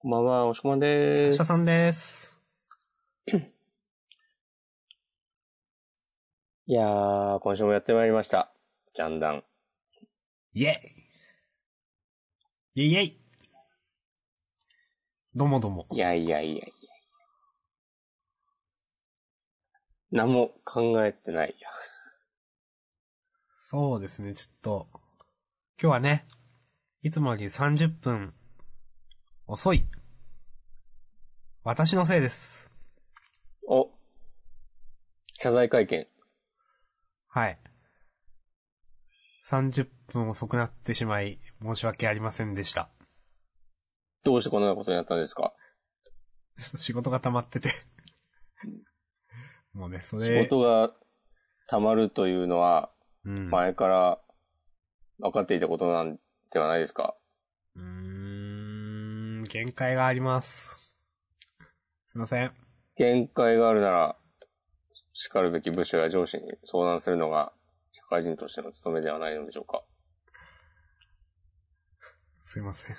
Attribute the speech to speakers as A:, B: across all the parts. A: こんばんは、おしこまんで
B: 明
A: ー
B: 日
A: す。
B: さんです。
A: いやー、今週もやってまいりました。ジャンダン。
B: イェイイェイイェイどうもどうも。
A: いやいやいやいや。何も考えてないや。
B: そうですね、ちょっと。今日はね、いつもより30分遅い。私のせいです。
A: お謝罪会見。
B: はい。30分遅くなってしまい、申し訳ありませんでした。
A: どうしてこんなことになったんですか
B: 仕事が溜まってて。もうね、そ
A: 仕
B: れ。
A: 事が溜まるというのは、
B: うん。
A: 前から分かっていたことなんではないですか
B: うーん、限界があります。すいません。
A: 限界があるなら、叱るべき部署や上司に相談するのが社会人としての務めではないのでしょうか
B: すいません。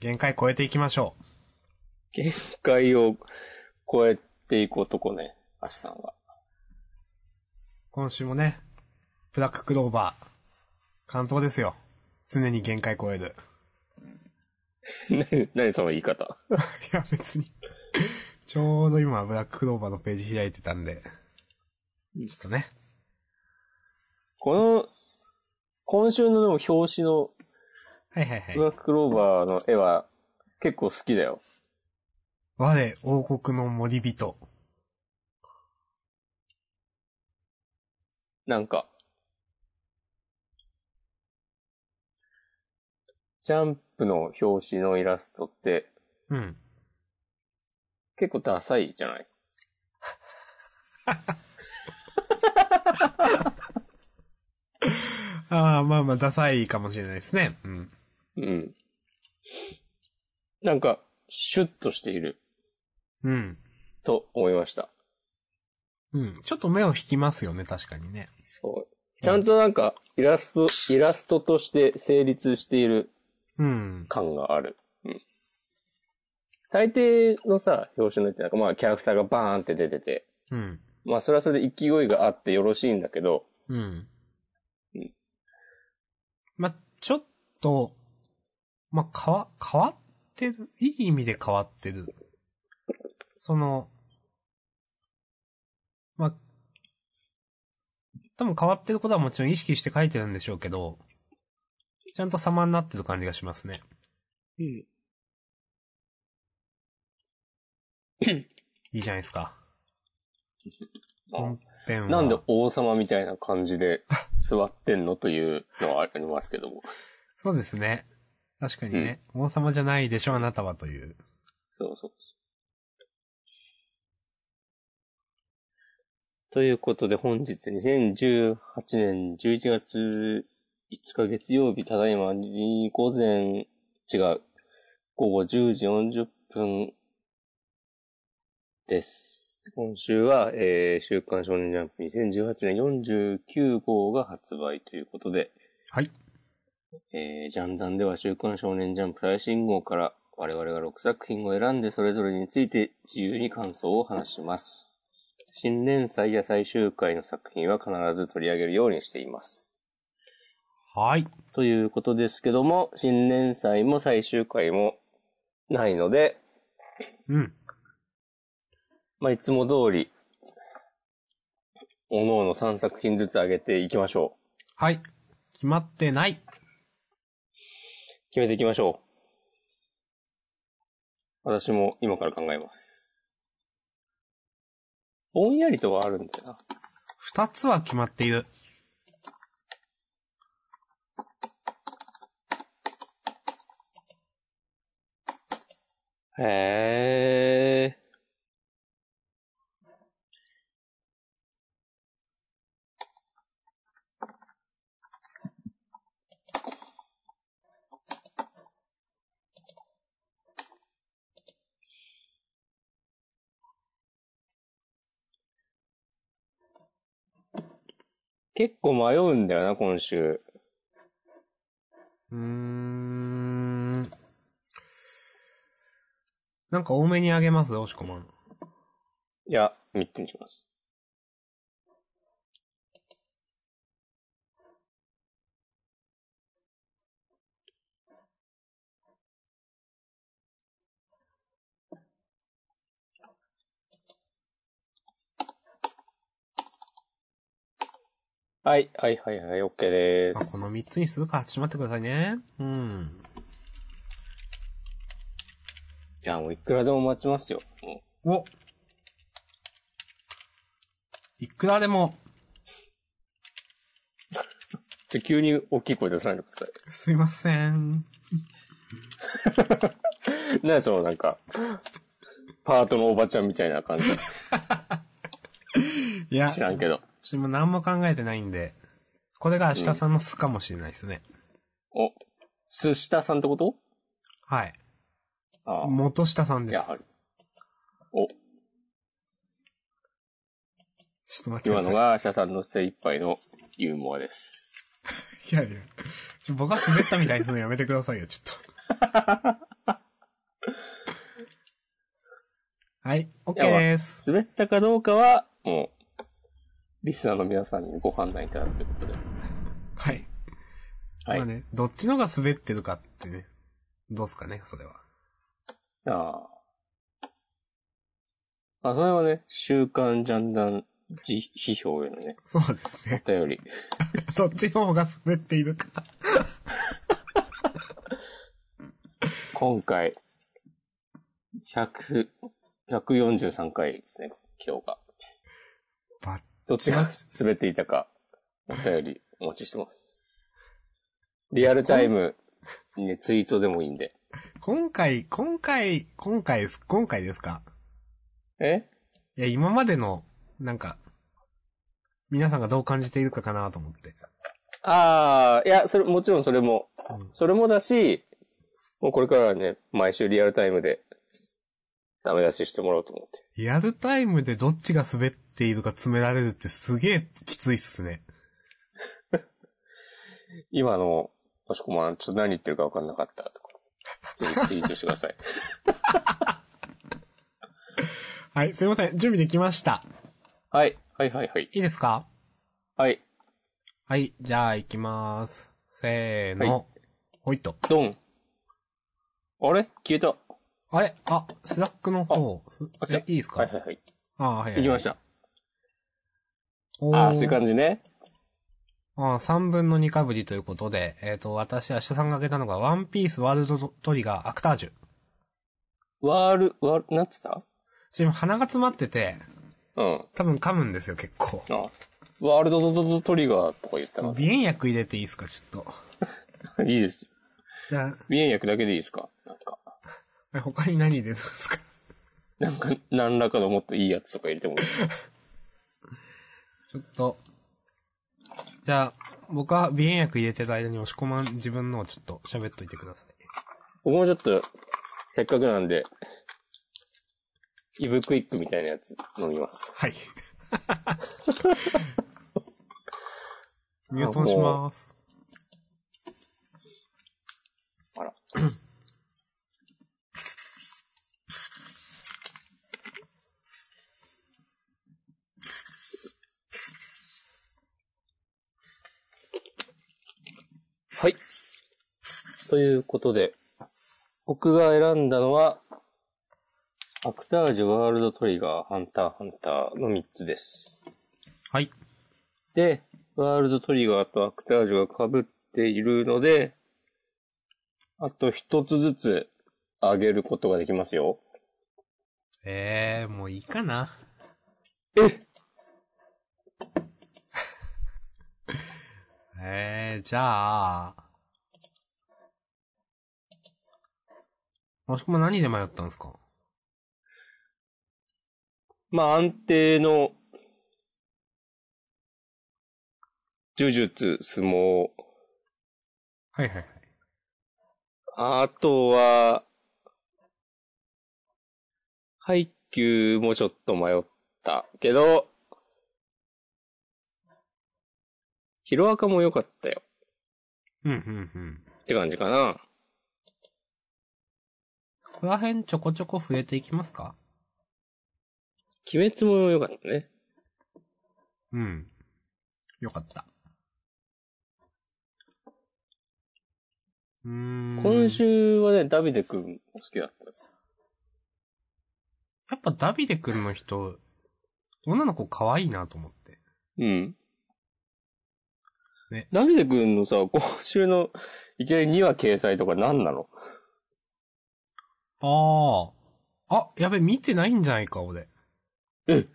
B: 限界超えていきましょう。
A: 限界を超えていく男ね、アシさんが。
B: 今週もね、ブラッククローバー、関東ですよ。常に限界超える。
A: 何、何その言い方。
B: いや、別に。ちょうど今、ブラッククローバーのページ開いてたんで。ちょっとね。
A: この、今週のでも表紙の
B: はいはいはい
A: ブ。ラッククローバーの絵は結構好きだよ。
B: 我、王国の森人。
A: なんか。ジャンプの表紙のイラストって
B: うん。
A: 結構ダサいじゃない
B: ああ、まあまあ、ダサいかもしれないですね。うん。
A: うん。なんか、シュッとしている
B: うん。
A: と思いました。
B: うん。ちょっと目を引きますよね、確かにね。
A: そう。ちゃんとなんか、イラスト、イラストとして成立している
B: うん。
A: 感がある。うん。大抵のさ、表紙の絵ってなんか、まあ、キャラクターがバーンって出てて、
B: うん。
A: まあ、それはそれで勢いがあってよろしいんだけど、
B: うん
A: うん。
B: ま、ちょっと、ま、変わ、変わってる。いい意味で変わってる。その、ま、多分変わってることはもちろん意識して書いてるんでしょうけど、ちゃんと様になってる感じがしますね。
A: うん。
B: いいじゃないですか。
A: あ
B: 本編は。
A: なんで王様みたいな感じで座ってんのというのはありますけども。
B: そうですね。確かにね、王様じゃないでしょ、あなたはという。
A: そうそうそう。ということで本日2018年11月5日月曜日、ただいまに午前、違う、午後10時40分です。今週は、えー週刊少年ジャンプ2018年49号が発売ということで、
B: はい。
A: えー、ジャンダンでは週刊少年ジャンプ最新号から我々が6作品を選んでそれぞれについて自由に感想を話します。新連載や最終回の作品は必ず取り上げるようにしています。
B: はい。
A: ということですけども、新連載も最終回もないので、
B: うん。
A: まあ、いつも通り、各々3作品ずつ上げていきましょう。
B: はい。決まってない。
A: 決めていきましょう。私も今から考えます。ぼんやりとはあるんだよな。
B: 二つは決まっている。
A: へえ。結構迷うんだよな、今週。
B: うーん。なんか多めにあげます、おしこまん。
A: いや、3つにします。はい、はい、はい、はい、OK で
B: あ、
A: す。
B: この3つにするか。ちょっと待ってくださいね。うん。
A: いや、もういくらでも待ちますよ。も
B: おいくらでも、
A: うちょ急に大きい声出さないでください。
B: すいません。
A: なんでそのなんか、パートのおばちゃんみたいな感じ
B: いや、
A: 知らんけど。
B: 私も何も考えてないんで、これが明日さんの巣かもしれないですね。
A: お、すしたさんってこと
B: はい。
A: ああ。
B: 元下さんで
A: や
B: す。
A: はり。お、
B: ちょっと待ってく
A: 今
B: ださ
A: の
B: い。
A: が、社さんの精一杯のユーモアです。
B: いやいや、ちょ僕は滑ったみたいにするのやめてくださいよ、ちょっ と。はい、OK
A: いやまあ
B: です。
A: 滑ったかどうかは、もう、リスナーの皆さんにご判断いただくということで。
B: はい。
A: はい。
B: まあね、どっちのが滑ってるかってね、どうすかね、それは。
A: ああ。あ、それはね、週刊ジャンダン自批評へのね、
B: そうですね。
A: お便り。
B: どっちの方が滑っているか。
A: 今回、100、143回ですね、今日が。
B: ばっ
A: どっちが滑っていたか、お便りお待ちしてます。リアルタイム、ね、ツイートでもいいんで。
B: 今回、今回、今回です、今回ですか。
A: え
B: いや、今までの、なんか、皆さんがどう感じているかかなと思って。
A: ああ、いや、それ、もちろんそれも、
B: うん
A: それもだし、もうこれからはね、毎週リアルタイムで、ダメ出ししてもらおうと思って。
B: リアルタイムでどっちが滑っているか詰められるってすげえきついっすね。
A: 今の、もしこまん、ちょっと何言ってるか分かんなかったとか、ぜひツイートしてください。
B: はい、すいません。準備できました。
A: はい、はいはいはい。
B: いいですか
A: はい、
B: はい、じゃあ行きまーす。せーの。
A: は
B: ほいっと。
A: ドン。あれ消えた。
B: あれあ、スラックの方。す
A: あ来た
B: え、いいですか、
A: はいはいはい。
B: あーはいは
A: 行
B: い。
A: きました。
B: おー
A: ああ、そういう感じね。
B: あ3分の2かぶりということで、えっ、と、私、明日さんが挙げたのが、ワンピースワールドトリガーアクタージュ。
A: ワール、ワール、なんつった
B: ちなみに鼻が詰まってて、
A: うん。
B: 多分噛むんですよ、結構。
A: あワールドドドドトリガーとか言ったの。
B: 鼻炎薬入れていいですか、ちょっと。
A: いいですよ。
B: じゃ
A: 鼻炎薬だけでいいですかなんか。
B: あ、他に何入れるんですか
A: なんか、何らかのもっといいやつとか入れてもいいです
B: ちょっと。じゃあ、僕は鼻炎薬入れてる間に押し込まん自分のをちょっと喋っといてください。
A: 僕もちょっと、せっかくなんで、イブクイックみたいなやつ飲みます。
B: はい。ミュートンします。
A: あら。はい。ということで、僕が選んだのは、アクタージュワールドトリガー、ハンター、ハンターの3つです。
B: はい。
A: で、ワールドトリガーとアクタージュが被っているので、あと一つずつ上げることができますよ。
B: えー、もういいかな。
A: え
B: えー、じゃあ、もしくも何で迷ったんですか
A: まあ安定の、呪術、相撲、
B: はいはいはい。
A: あとは、配給もちょっと迷ったけど、ヒロアカも良かったよ。
B: うん、うん、うん。
A: って感じかな。
B: ここら辺ちょこちょこ増えていきますか
A: 鬼滅も良かったね。
B: うん。よかった。うーん。
A: 今。週はね、ダビデくん好きだったです。
B: やっぱダビデ君の人、女の子可愛いなと思って。
A: うん。
B: ね
A: ダビデくんのさ、 今週のいきなり2話掲載とか何なの
B: ああ。あ、やべ、見てないんじゃないか、俺。
A: え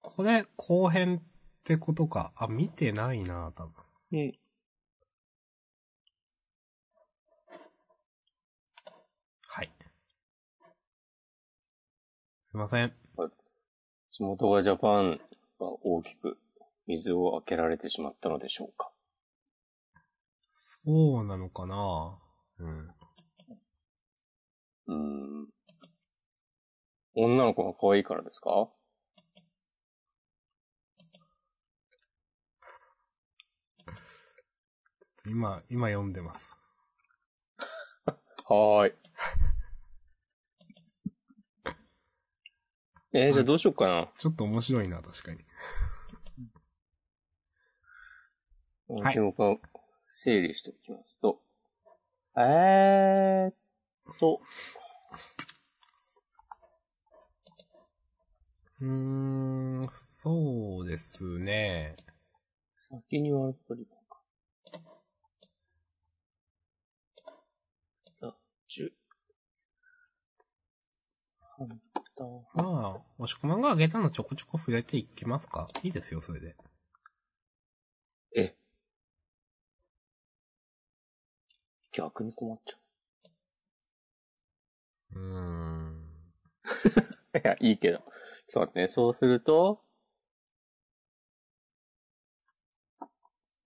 B: これ、後編ってことか。あ、見てないな、多分。
A: うん。
B: はい。すいません。
A: 地元がジャパンは大きく水を開けられてしまったのでしょうか。
B: そうなのかなうん。
A: うーん。女の子が可愛いからですか
B: 今、今読んでます。
A: はーい。えー、じゃあどうしよっかな。
B: ちょっと面白いな、確かに。はい
A: 状況を整理しておきますと、えーっと、
B: うーん、そうですね。
A: 先にワールドトリガーか。ザ・ジュ。ハンター。
B: まあ、押し込まんが上げたのちょこちょこ触れていきますかいいですよ、それで。
A: え。逆に困っちゃ
B: うーん。
A: う。いや、いいけど。ちょっと待ってね。そうすると、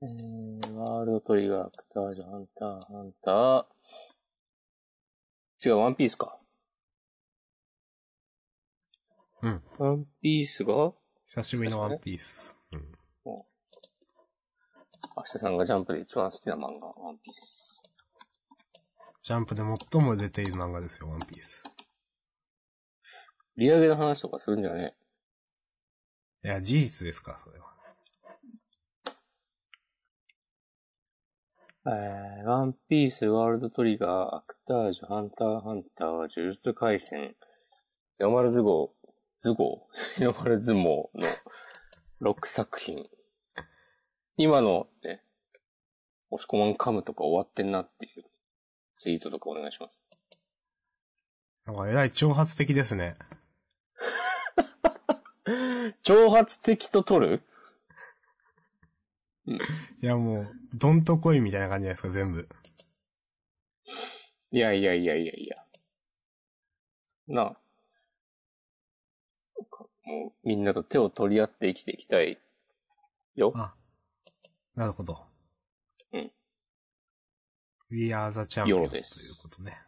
A: えー、ワールドトリガー、アクタージャー、ハンター、ハンター。違う、ワンピースか。
B: うん。
A: ワンピースが、
B: 久しぶりのワンピース。うん。
A: 明日さんがジャンプで一番好きな漫画、ワンピース。
B: ジャンプで最も出ている漫画ですよ、ワンピース。
A: 売り上げの話とかするんじゃね
B: いや、事実ですから、それは。
A: えー、ワンピース、ワールドトリガー、アクタージュ、ハンター、ハンター、呪術回戦、ヤマルズ号、図号、 ヤマルズ号の6作品。今の、ね、押し込まんカムとか終わってんなっていうツイートとかお願いします。
B: なんか、えらい挑発的ですね。
A: 挑発的と取る
B: いや、もう、どんとこいみたいな感じじゃないですか、全部。
A: いやいやいやいやいや。なあ。もう、みんなと手を取り合って生きていきたい。よ。
B: あ。なるほど。
A: うん。
B: We are the
A: よ
B: champion
A: ろ
B: とい
A: で
B: う
A: す
B: ことね。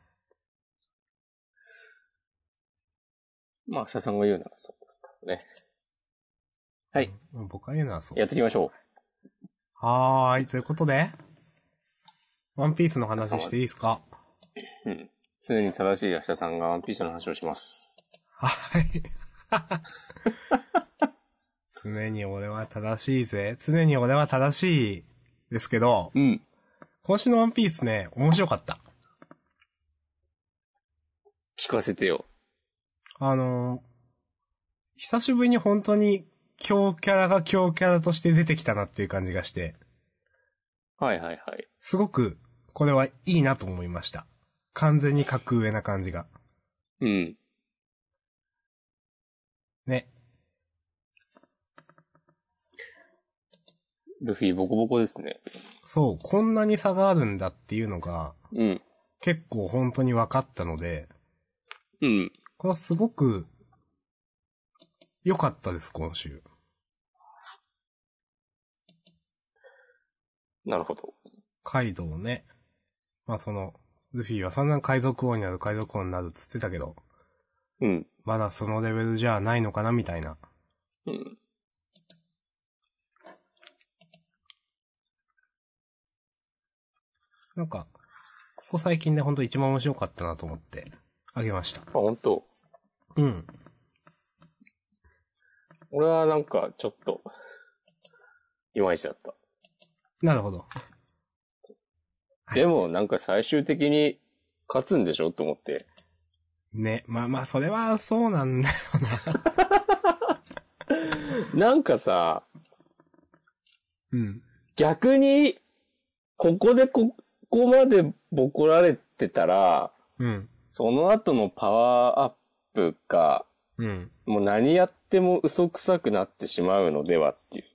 A: まあ、社さんが言うならそうだね。はい。
B: うん。僕は言うのはそう
A: やっていきましょ
B: う。はーい。ということで、ワンピースの話していいですか
A: う。うん。常に正しい明日さんがワンピースの話をします。
B: はい。常に俺は正しいぜ。常に俺は正しい。ですけど、
A: うん。
B: 今週のワンピースね、面白かった。
A: 聞かせてよ。
B: あのー久しぶりに本当に強キャラが強キャラとして出てきたなっていう感じがして、
A: はいはいはい。
B: すごくこれはいいなと思いました。完全に格上な感じが。
A: うん。
B: ね。
A: ルフィボコボコですね。
B: そう、こんなに差があるんだっていうのが、
A: うん。
B: 結構本当に分かったので、
A: うん。
B: これはすごく、良かったです、今週。
A: なるほど。
B: カイドウね。まあその、ルフィは散々海賊王になる、海賊王になるっつってたけど、
A: うん。
B: まだそのレベルじゃないのかな、みたいな。
A: うん。
B: なんか、ここ最近でほんと一番面白かったなと思って、あげました。
A: あ、本当
B: うん。
A: 俺はなんか、ちょっと、いまいちだった。
B: なるほど。はい
A: でも、なんか最終的に勝つんでしょと思って。
B: ね、まあまあ、それはそうなんだよな。
A: なんかさ、
B: うん。
A: 逆に、ここでこ、ここまでボコられてたら、
B: うん。
A: その後のパワーアップが、
B: うん。
A: もう何やっても嘘くさくなってしまうのではっていう。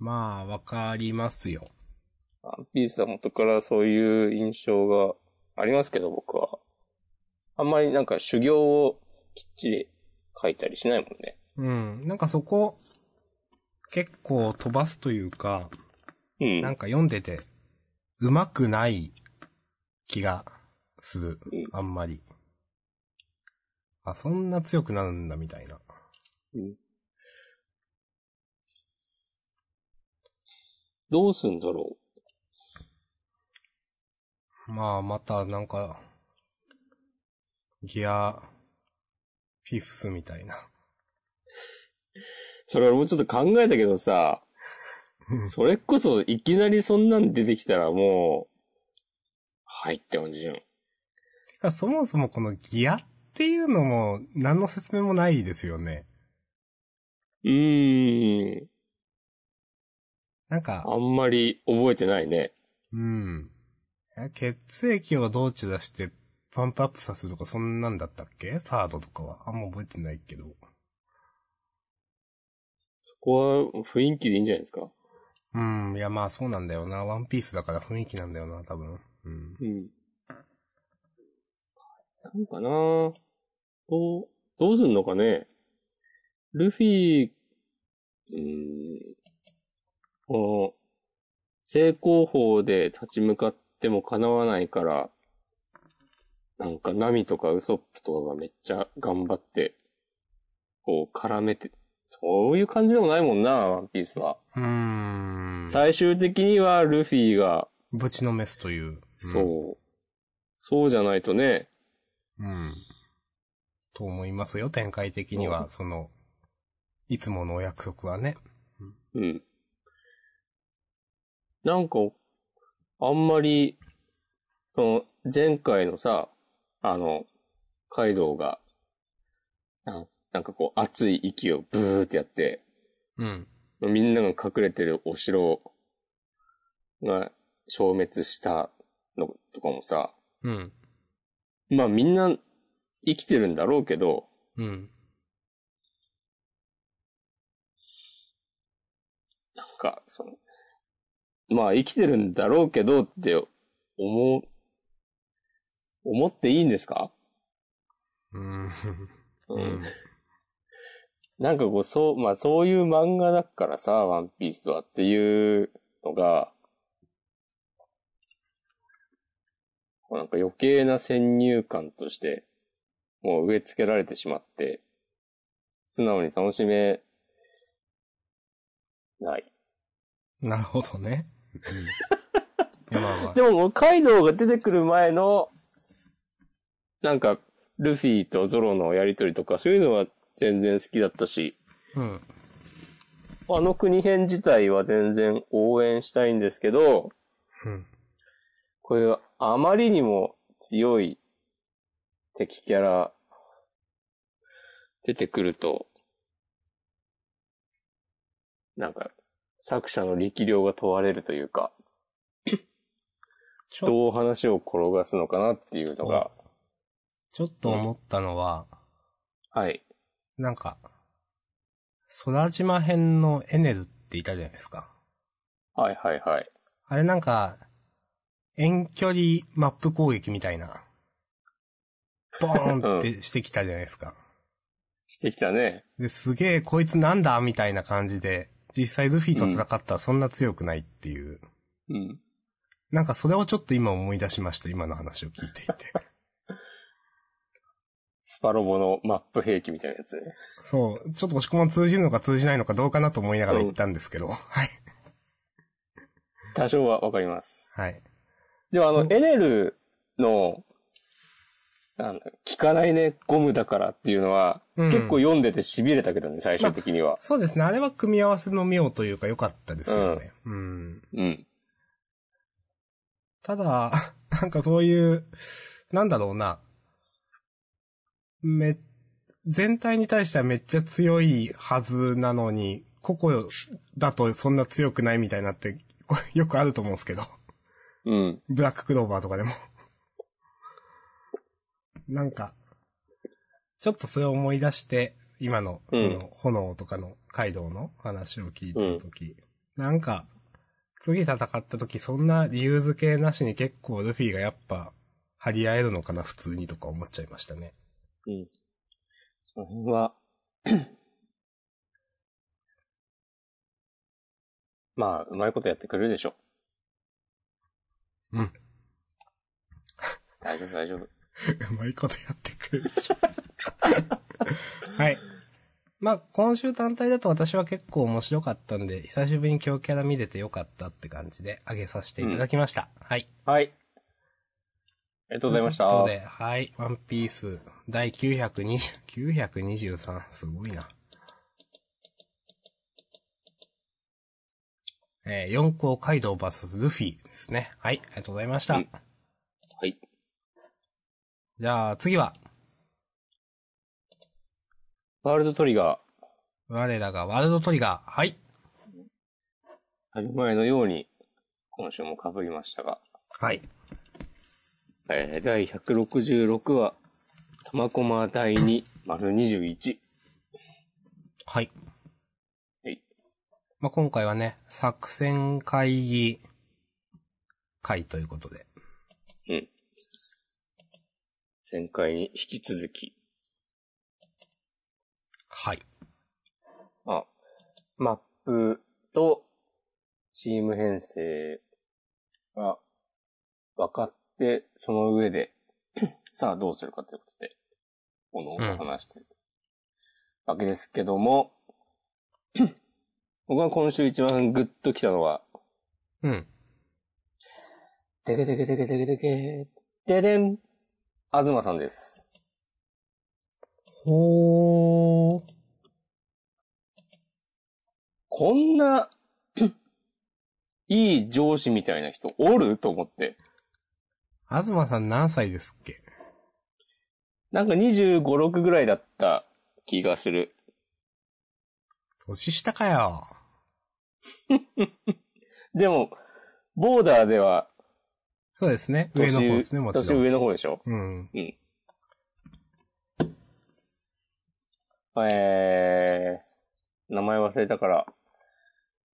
B: まあ、わかりますよ。
A: ワンピースは元からそういう印象がありますけど、僕は。あんまりなんか修行をきっちり書いたりしないもんね。
B: うん。なんかそこ、結構飛ばすというか、
A: うん。
B: なんか読んでて、うまくない気がする
A: うん。
B: あんまり。あ、そんな強くなるんだ、みたいな。
A: どうすんだろ
B: まあ、また、なんか、ギア、フィフスみたいな。
A: う。それ俺もちょっと考えたけど さ、それこそいきなりそんなん出てきたらもう、はいって感じじゃん。
B: てか、そもそもこのギアっていうのも、何の説明もないですよね。
A: うーん。
B: なんか、
A: あんまり覚えてないね。
B: うん。え血液をどうち出して、パンプアップさせるとか、そんなんだったっけサードとかは。あんま覚えてないけど。
A: そこは雰囲気でいいんじゃないですか。
B: うん、いやまあそうなんだよな。ワンピースだから雰囲気なんだよな、多分。うん。
A: うん。なんかなどう、どうすんのかねルフィ、うーん、この、正攻法で立ち向かっても叶わないから、なんかナミとかウソップとかがめっちゃ頑張って、こう絡めて、そういう感じでもないもんな、ワンピースは。
B: うーん。
A: 最終的にはルフィが、
B: ぶちのメスという。うん
A: そう、そうじゃないとね、
B: うん。と思いますよ、展開的に
A: う
B: は。その、いつものお約束はね。
A: うん。なんか、あんまり、その、前回のさ、あの、カイドウが、ななんかこう、熱い息をブーってやって、
B: うん。
A: みんなが隠れてるお城が消滅したのとかもさ、
B: うん。
A: まあみんな生きてるんだろうけど、
B: うん。
A: なんか、その、まあ生きてるんだろうけどって思う、思っていいんですか
B: うん。
A: う
B: うん。
A: なんかこう、そう、まあそういう漫画だからさ、ワンピースはっていうのが、なんか余計な先入観として、もう植え付けられてしまって、素直に楽しめない。
B: なるほどね。 うんいやまあまあ
A: でも、もうカイドウが出てくる前の、なんか、ルフィとゾロのやりとりとか、そういうのは全然好きだったし、
B: うん。
A: あの国編自体は全然応援したいんですけど、
B: うん。
A: こういうあまりにも強い敵キャラ出てくると、なんか、作者の力量が問われるというか、
B: ちょっと
A: どう話を転がすのかなっていうのが、
B: ちょっと思ったのは、
A: はい。
B: なんか、空島編のエネルっていたじゃないですか。
A: はいはいはい。
B: あれなんか、遠距離マップ攻撃みたいな、ボーンってしてきたじゃないですか。
A: してきたね。
B: で、すげえ、こいつなんだみたいな感じで、実際ルフィと戦ったらそんな強くないっていう。
A: うん。
B: なんかそれをちょっと今思い出しました、今の話を聞いていて。
A: スパロボのマップ兵器みたいなやつね。
B: そう、ちょっと押し込まん通じるのか通じないのかどうかなと思いながら言ったんですけど、はい。
A: 多少はわかります。
B: はい。
A: でもあ
B: そ
A: の
B: う、
A: エネルの、なんだ、効かないね、ゴムだからっていうのは、
B: うん
A: 結構読んでて痺れたけどね、最終的には。
B: そうですね。あれは組み合わせの妙というか良かったですよね。うん。
A: うん。
B: ただ、 なんかそういう、なんだろうな。め、全体に対してはめっちゃ強いはずなのに、個々だとそんな強くないみたいになって、これよくあると思うんですけど。
A: うん。
B: ブラッククローバーとかでも。 なんか、ちょっとそれを思い出して、今の、そ
A: うん
B: の、炎とかのカイドウの話を聞いてたとき、なんか、次戦ったとき、そんな理由付けなしに結構ルフィがやっぱ、張り合えるのかな、普通にとか思っちゃいましたね。
A: うん。その辺は、 まあ、うまいことやってくれるでしょ。
B: うん。
A: 大丈夫、大丈夫。
B: うまいことやってくる でしょ。はい。まあ、今週単体だと私は結構面白かったんで、久しぶりに強キャラ見れてよかったって感じで上げさせていただきました。はい。あり
A: はい。ありがとうございました。
B: ということで、はい。ワンピース第920 923。すごいな。えー、四皇カイドウ VS ルフィですね。はい。ありがとうございました。
A: うんはい。
B: じゃあ、次は、
A: ワールドトリガー、
B: 我らがワールドトリガー。はい。
A: 旅前のように、今週も被りましたが、
B: はい。
A: えー、第166話、玉駒第2、丸21。
B: はい。
A: はい。
B: まあ、今回はね、作戦会議会ということで。
A: うん。前回に引き続き、
B: はい。
A: あ、マップとチーム編成が分かって、その上で、さあどうするかということで、おのおの話してるわけですけども、僕が今週一番グッときたのは、
B: うん。
A: てけてけてけてけてけ、ででん、あずまさんです。
B: ほー。
A: こんな、いい上司みたいな人おると思って。
B: あずまさん何歳ですっけ
A: なんか25、6ぐらいだった気がする。
B: 年下かよ。
A: でも、ボーダーでは
B: そうですね。上
A: 年、
B: の方ですね、もち
A: 年
B: ろん。
A: 上の方でしょ
B: うん。
A: えー、名前忘れたから、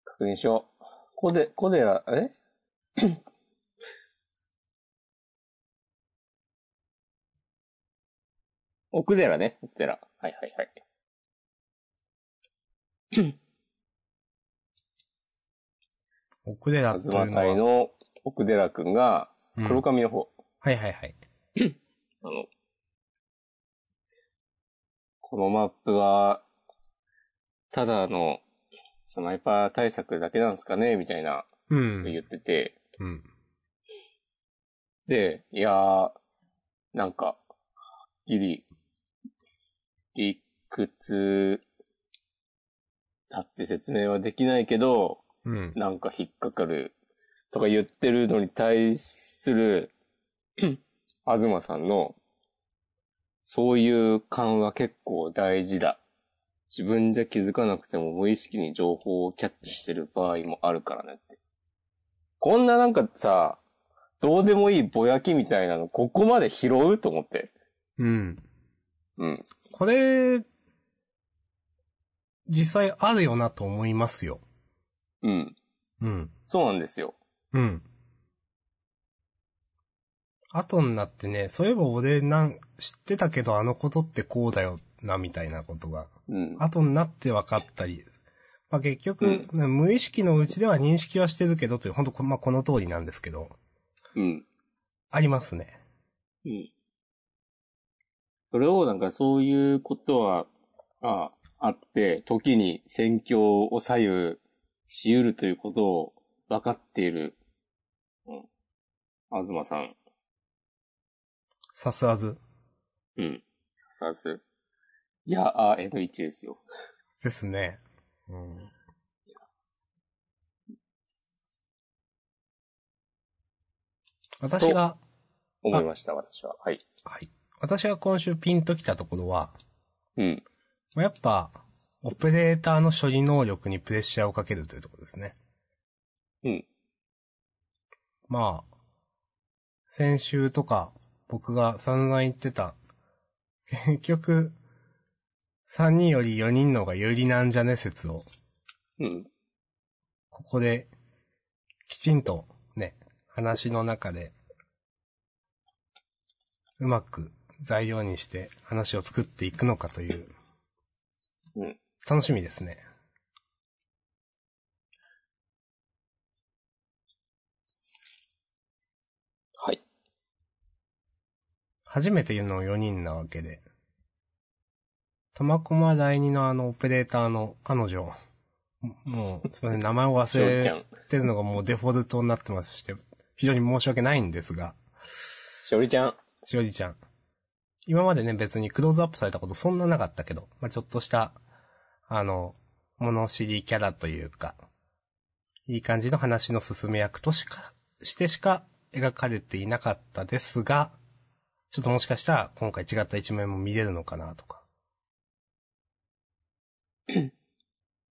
A: 確認しよう。コデ、コデラ、え 奥寺ね、奥寺。はいはいはい。
B: オクデラ
A: 東
B: という
A: 隊
B: のは。
A: の奥寺くんが、
B: うん
A: 黒髪の方。
B: はいはいはい。
A: あの、このマップは、ただの、スナイパー対策だけなんですかねみたいな、
B: う
A: 言
B: ん。
A: ってて。
B: うん。
A: で、いやー、なんか、はっきり、理屈、だって説明はできないけど、
B: うん。
A: なんか引っかかる、とか言ってるのに対する、東さんの、そういう感は結構大事だ。自分じゃ気づかなくても無意識に情報をキャッチしてる場合もあるからねって。こんななんかさ、どうでもいいぼやきみたいなの、ここまで拾うと思って。
B: うん。
A: うん。
B: これ、実際あるよなと思いますよ。
A: うん。
B: うん。
A: そうなんですよ。
B: うん。後になってね、そういえば俺なん、知ってたけどあのことってこうだよな、みたいなことが。
A: うん。
B: 後になって分かったり。まあ、結局、無意識のうちでは認識はしてるけどという、本当まあ、この通りなんですけど。
A: うん。
B: ありますね。
A: うん。それをなんかそういうことは、ああって、時に戦況を左右し得るということを分かっている、うん、あずまさん。
B: さすあず
A: うん。さすがず。いや、あ、N1 ですよ。
B: ですね。うん。私が、
A: 思いました、私は。はい。
B: はい。私が今週ピンときたところは、
A: うん。
B: やっぱ、オペレーターの処理能力にプレッシャーをかけるというところですね。
A: うん。
B: まあ、先週とか僕が散々言ってた、 結局、3人より4人の方が有利なんじゃね説を、
A: うん。
B: ここで、きちんとね、話の中で、うまく材料にして話を作っていくのかという、
A: うん。
B: 楽しみですね。
A: はい。
B: 初めて言うのも4人なわけで。玉駒第二のあのオペレーターの彼女、もう、すいません、名前を忘
A: しおりちゃん
B: れてるのがもうデフォルトになってまして、非常に申し訳ないんですが、
A: しおりちゃん。
B: しおりちゃん。今までね、別にクローズアップされたことそんななかったけど、まあちょっとした、あの、物知りキャラというか、いい感じの話の進め役としか、してしか描かれていなかったですが、ちょっともしかしたら今回違った一面も見れるのかなとか。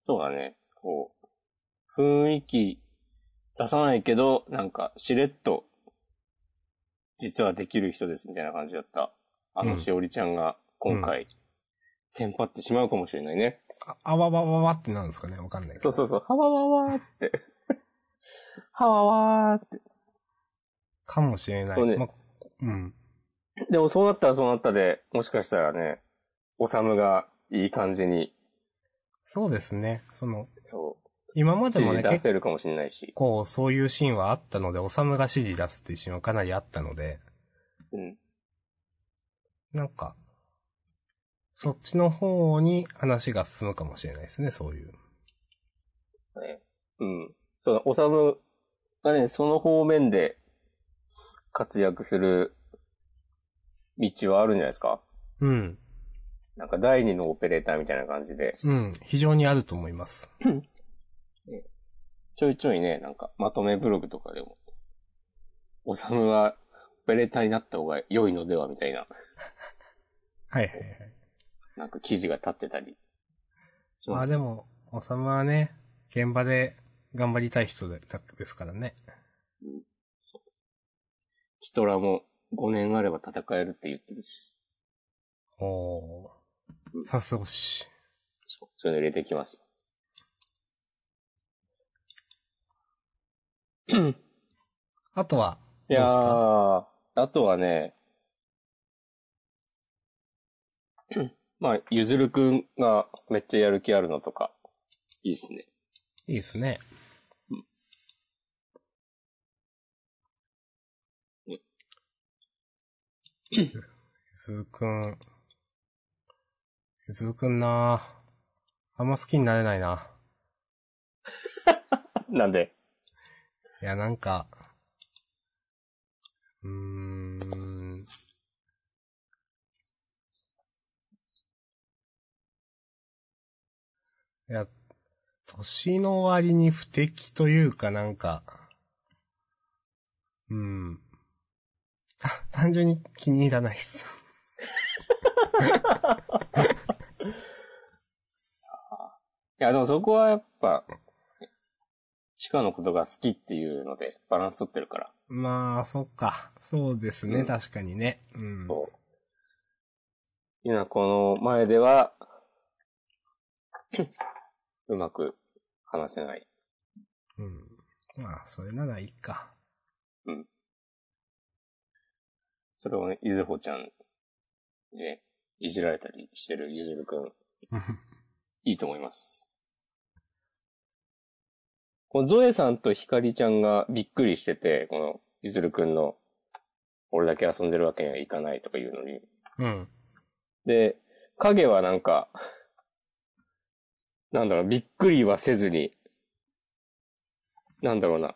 A: そうだね。こう、雰囲気出さないけど、なんか、しれっと、実はできる人ですみたいな感じだった。あ
B: う
A: の
B: ん
A: しおりちゃんが、今回、テンパってしまうかもしれないね。
B: あ、あわわわわってなんですかねわかんないけ
A: そ
B: ど。
A: うそうそう、はわわわーって。 はわわーって。
B: かもしれない。
A: そうね
B: まうん。
A: でもそうなったらそうなったで、もしかしたらね、おさむがいい感じに、
B: そうですね。その、
A: そ
B: 今ま
A: う、
B: で
A: 指示
B: もね、
A: 出
B: 結
A: せるかもしれないし。
B: 構そういうシーンはあったので、おさむが指示出すっていうシーンはかなりあったので、
A: うん。
B: なんか、そっちの方に話が進むかもしれないですね、そういう。
A: ね。うん。その、おさむがね、その方面で活躍する道はあるんじゃないですか
B: うん。
A: なんか第二のオペレーターみたいな感じで、
B: うん。非常にあると思います。
A: ちょいちょいね、なんかまとめブログとかでも、おさむはオペレーターになった方が良いのではみたいな、
B: はいはいはい。
A: なんか記事が立ってたりし
B: ま
A: ま
B: あ
A: す。
B: でも、おさむはね、現場で頑張りたい人でですからね。
A: キトラも5年あれば戦えるって言ってるし、
B: おー。さすがし。
A: そうそういうの入れていきますよ。
B: あとは、
A: い
B: どうで
A: や
B: すか
A: ー、あとはね、 まあ、ゆずるくんがめっちゃやる気あるのとか、いいっすね。
B: いいですね。ゆずるくん。ゆずるくんなあんま好きになれないな。
A: なんで、
B: いや、なんか、うーん。いや、年の割に不適というかなんか、うん。た単純に気に入らないっす。
A: いや、でもそこはやっぱ、チカのことが好きっていうので、バランス取ってるから。
B: まあ、そっか。そうですね、
A: うん
B: 確かにね。うん。
A: そう。今この前では、 うまく話せない。
B: うん。まあ、それならいいか。
A: それをね、いずほちゃんにね、いじられたりしてるゆずるくん、いいと思います。このゾエさんとひかりちゃんがびっくりしてて、このゆずるくんの、俺だけ遊んでるわけにはいかないとか言うのに。
B: うん。
A: で、影はなんか、なんだろう、びっくりはせずに、なんだろうな、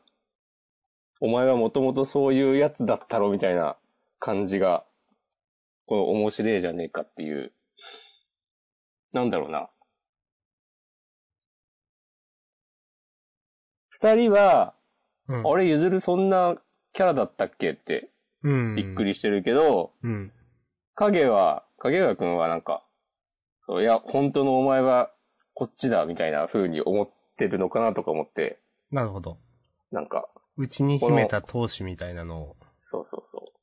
A: お前はもともとそういうやつだったろみたいな感じが、この面白いじゃねえかっていう。なんだろうな。二人は、
B: うん。
A: あれ、ゆずるそんなキャラだったっけって
B: うん。
A: びっく。りしてるけど、
B: うん。
A: 影は、影浦くんはなんか、そういや、本当のお前はこっちだみたいな風に思ってるのかなとか思って、
B: なるほど。
A: なんか、
B: うちに秘めた闘志みたいなのを
A: そうそうそう。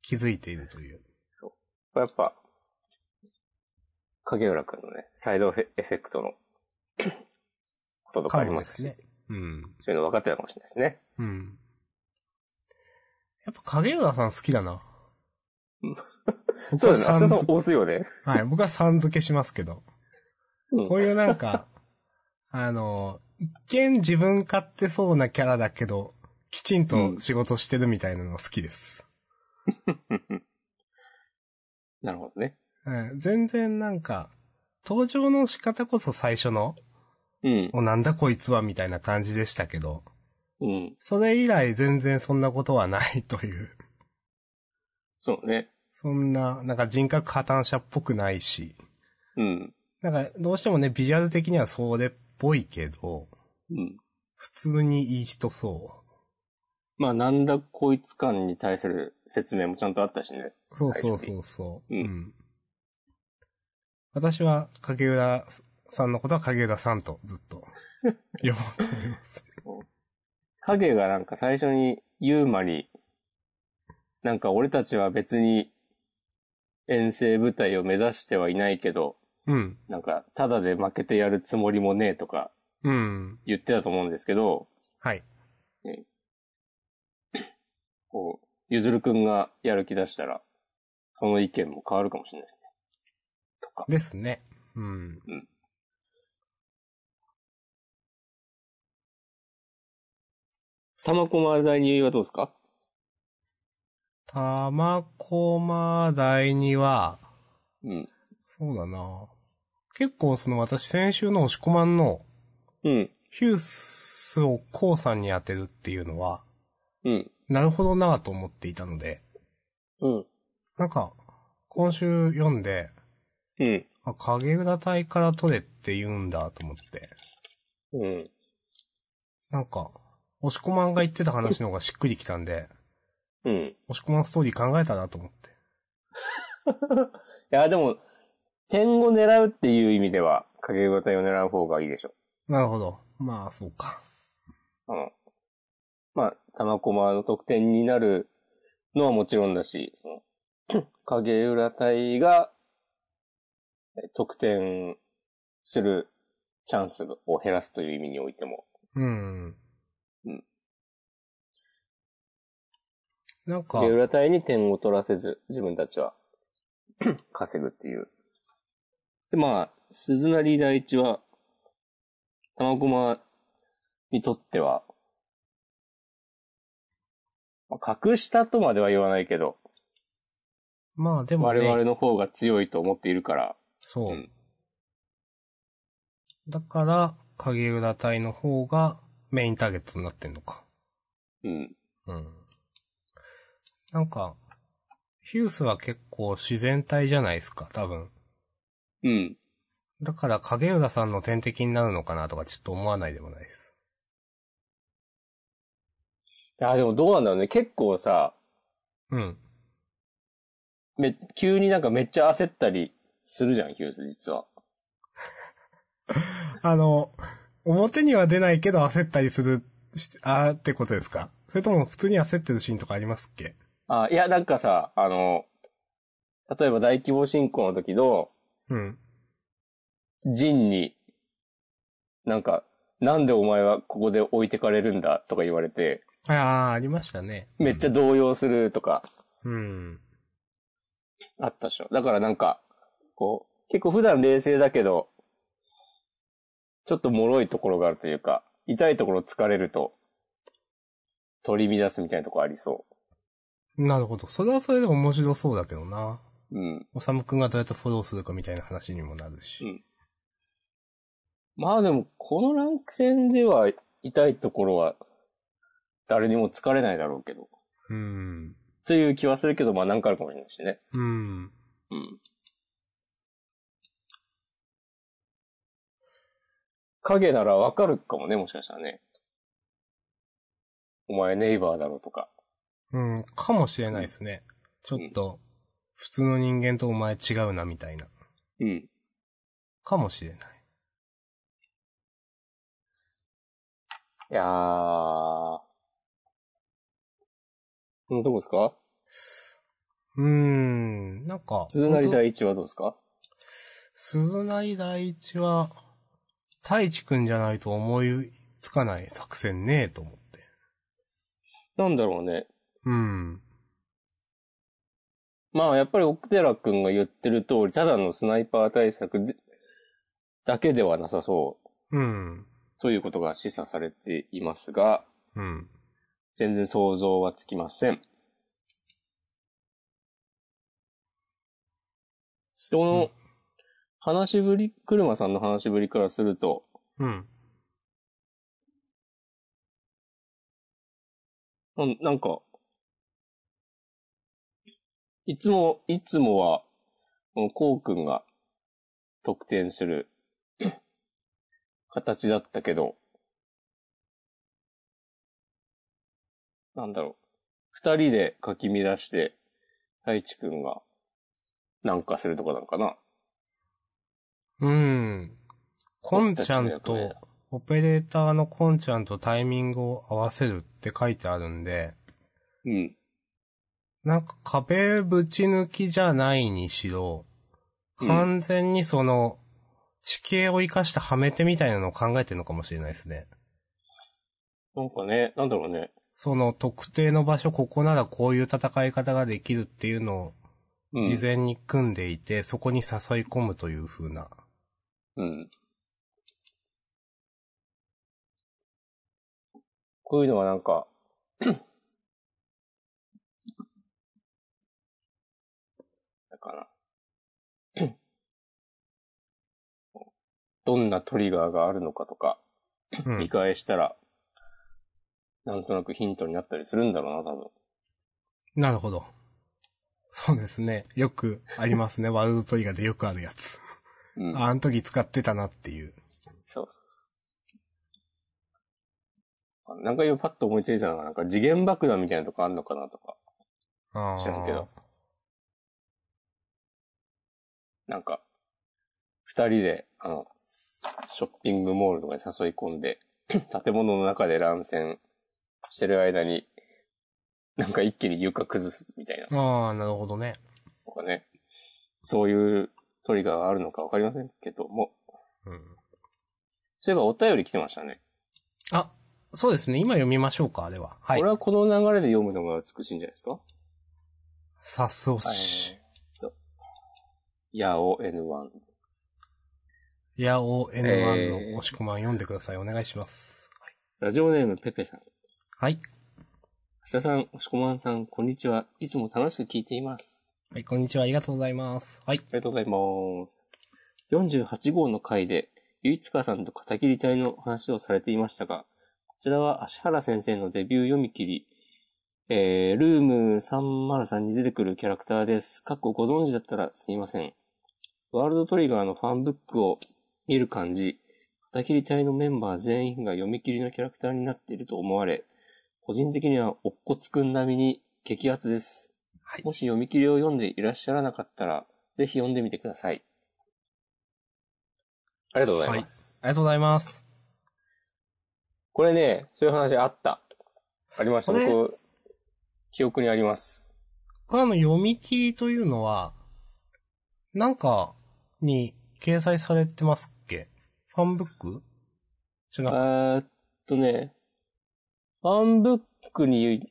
B: 気づいているという。
A: そう。これやっぱ、影浦くんのね、サイドエフェエフェクトのこととかありますし、
B: ね。うん。
A: そういうの分かってたかもしれないですね。
B: うん。やっぱ影浦さん好きだな。僕
A: そう
B: は
A: ですね。
B: さ
A: 明日さん
B: ん付け
A: 多すよね。
B: はい、僕はさん付けしますけど。
A: うん
B: こういうなんか、 あの、一見自分勝手そうなキャラだけど、きちんと仕事してるみたいなの好きです。
A: なるほどね。
B: うん、全然なんか、登場の仕方こそ最初の、
A: うん。
B: おなんだこいつはみたいな感じでしたけど、
A: うん。
B: それ以来全然そんなことはないという。
A: そうね。
B: そんな、なんか人格破綻者っぽくないし、
A: うん。
B: なんかどうしてもね、ビジュアル的にはそれっぽいけど、
A: うん。
B: 普通にいい人そ
A: まあ、なんだこいつ感に対する説明もちゃんとあったしね。
B: う。そうそうそうそう。
A: うん
B: 私は影浦さんのことは影浦さんとずっと呼ぼうと思います。
A: 影がなんか最初にユーマに、なんか俺たちは別に遠征部隊を目指してはいないけど、
B: うん。
A: なんか、ただで負けてやるつもりもねえとか
B: うん。
A: 言ってたと思うんですけど、
B: はい。
A: こう、ゆずるくんがやる気出したら、その意見も変わるかもしれないですね。とか。
B: ですね。うん。
A: 玉駒第二はどうですか
B: 玉駒第二は、
A: うん。
B: そうだな結構その私先週の押し込まんの
A: うん。
B: ヒュースをコウさんに当てるっていうのは、
A: うん。
B: なるほどなぁと思っていたので、
A: うん。
B: なんか、今週読んで、
A: うん。
B: あ、影浦隊から取れって言うんだと思って、
A: うん。
B: なんか、押し込まんが言ってた話の方がしっくりきたんで、
A: うん。い
B: 押し込まんストーリー考えたなと思って。
A: や、でも、点を狙うっていう意味では、影型を狙う方がいいでしょ。
B: なるほど。まあ、そうか。
A: うん。まあ、玉駒の得点になるのはもちろんだし、その影浦隊がえ得点するチャンスを減らすという意味においても。
B: うん。
A: うん
B: なんか
A: 影、浦隊に点を取らせず、自分たちは稼ぐっていう。で、まあ、鈴成第一は、玉駒にとっては、まあ格下とまでは言わないけど、
B: まあでも
A: 我々
B: ね、
A: の方が強いと思っているから、。
B: そううんだから、影浦隊の方がメインターゲットになってんのか。
A: うん。
B: うん。なんか、ヒュースは結構自然体じゃないですか、多分。
A: うん。
B: だから影浦さんの天敵になるのかなとかちょっと思わないでもないです。
A: あ、でもどうなんだろうね。結構さ、
B: うん。
A: め、急になんかめっちゃ焦ったりするじゃん、ヒュース、実は。
B: あの、表には出ないけど焦ったりするし、あーってことですかそれとも普通に焦ってるシーンとかありますっけ
A: あ、いや、なんかさ、あの、例えば大規模進行の時の、
B: うん。
A: ジンに、なんか、なんでお前はここで置いてかれるんだとか言われて、
B: ああ、ありましたね。
A: めっちゃ動揺するとか、
B: うん。
A: あったっしょ。だからなんか、こう、結構普段冷静だけど、ちょっと脆いところがあるというか、痛いところ疲れると、取り乱すみたいなところありそ
B: なるほど。それはそれで面白そうだけどな。
A: う。うん。
B: おさむくんがどうやってフォローするかみたいな話にもなるし。
A: まあでも、このランク戦では痛いところは誰にも疲れないだろうけど。
B: うん。
A: という気はするけど、まあなんかあるかもしれないしね。
B: うん。
A: うん。影ならわかるかもね、もしかしたらね。お前ネイバーだろとか。
B: うん。かもしれないですね。ちょっと、普通の人間とお前違うな、みたいな。
A: うん。
B: かもしれない。
A: いやー。このとこですか
B: うーん。なんか、
A: 鈴なり第一はどうですか
B: 鈴なり第一は、太一くんじゃないと思いつかない作戦ねえと思って。
A: なんだろうね。
B: うん。
A: まあ、やっぱり奥寺くんが言ってる通り、ただのスナイパー対策でだけではなさそう、
B: うん。
A: ということが示唆されていますが、
B: うん。
A: 全然想像はつきません。その、話しぶり、車さんの話しぶりからすると、
B: うん。
A: なんなんか、いつも、いつもは、このこうくんが得点する形だったけど、なんだろう。二人でかき乱して、太一くんが、なんかするとかなんかな。
B: うん。コンちゃん
A: 僕たちの役目
B: と、オペレーターのコンちゃんとタイミングを合わせるって書いてあるんで、
A: うん。
B: なんか壁ぶち抜きじゃないにしろ、
A: うん
B: 完全にその、地形を生かしたはめ手みたいなのを考えてるのかもしれないですね。
A: なんかね、なんだろうね。
B: その特定の場所、ここならこういう戦い方ができるっていうの
A: う
B: を
A: ん。
B: 事前に組んでいて、そこに誘い込むという風な。
A: うん。こういうのはなん か、だから、 どんなトリガーがあるのかとか、
B: う
A: 見
B: ん。
A: 返したら、なんとなくヒントになったりするんだろうな、多分。
B: なるほど。そうですね。よくありますね。ワールドトリガーでよくあるやつ。
A: うん。
B: あ、あの時使ってたなっていう。
A: そうそうそうあ。なんか今パッと思いついたのが、なんか次元爆弾みたいなとこあんのかなとか。
B: あー
A: 知らんけど。なんか、二人で、あの、ショッピングモールとかに誘い込んで、 建物の中で乱戦してる間に、なんか一気に床崩すみたいな
B: ああ、なるほどね。
A: とかね。そういうトリガーがあるのかわかりませんけども。
B: うん。
A: そういえばお便り来てましたね。
B: あ、そうですね。今読みましょうか、あれは。はい
A: これ。はこの流れで読むのが美しいんじゃないですか
B: さっそ
A: え
B: し
A: ー。っと。ヤオ N1 です。
B: やお N1 の
A: えー
B: 押し込まん読んでください。お願いします。
A: ラジオネームペペさん。
B: はい。
A: 橋田さん、押しこまんさん、こんにちは。いつも楽しく聞いています。
B: はい、こんにちは。ありがとうございます。はい
A: あ。りがとうございます。48号の回で、ゆいつかさんと片桐隊の話をされていましたが、こちらは足原先生のデビュー読み切り、えー、ルーム303に出てくるキャラクターです。かっこご存知だったらすみません。ワールドトリガーのファンブックを見る感じ、片桐隊のメンバー全員が読み切りのキャラクターになっていると思われ、個人的にはおっこつくん並みに激アツです。
B: はい
A: もし読み切りを読んでいらっしゃらなかったら、ぜひ読んでみてください。ありがとうございます。
B: ありがとうございます。
A: これね、そういう話あった。ありました。
B: これ
A: 僕、記憶にあります。
B: これあの、読み切りというのは、なんか、に掲載されてますっけファンブックじ
A: え
B: ゃなくて、
A: ーっとね、ファンブックに、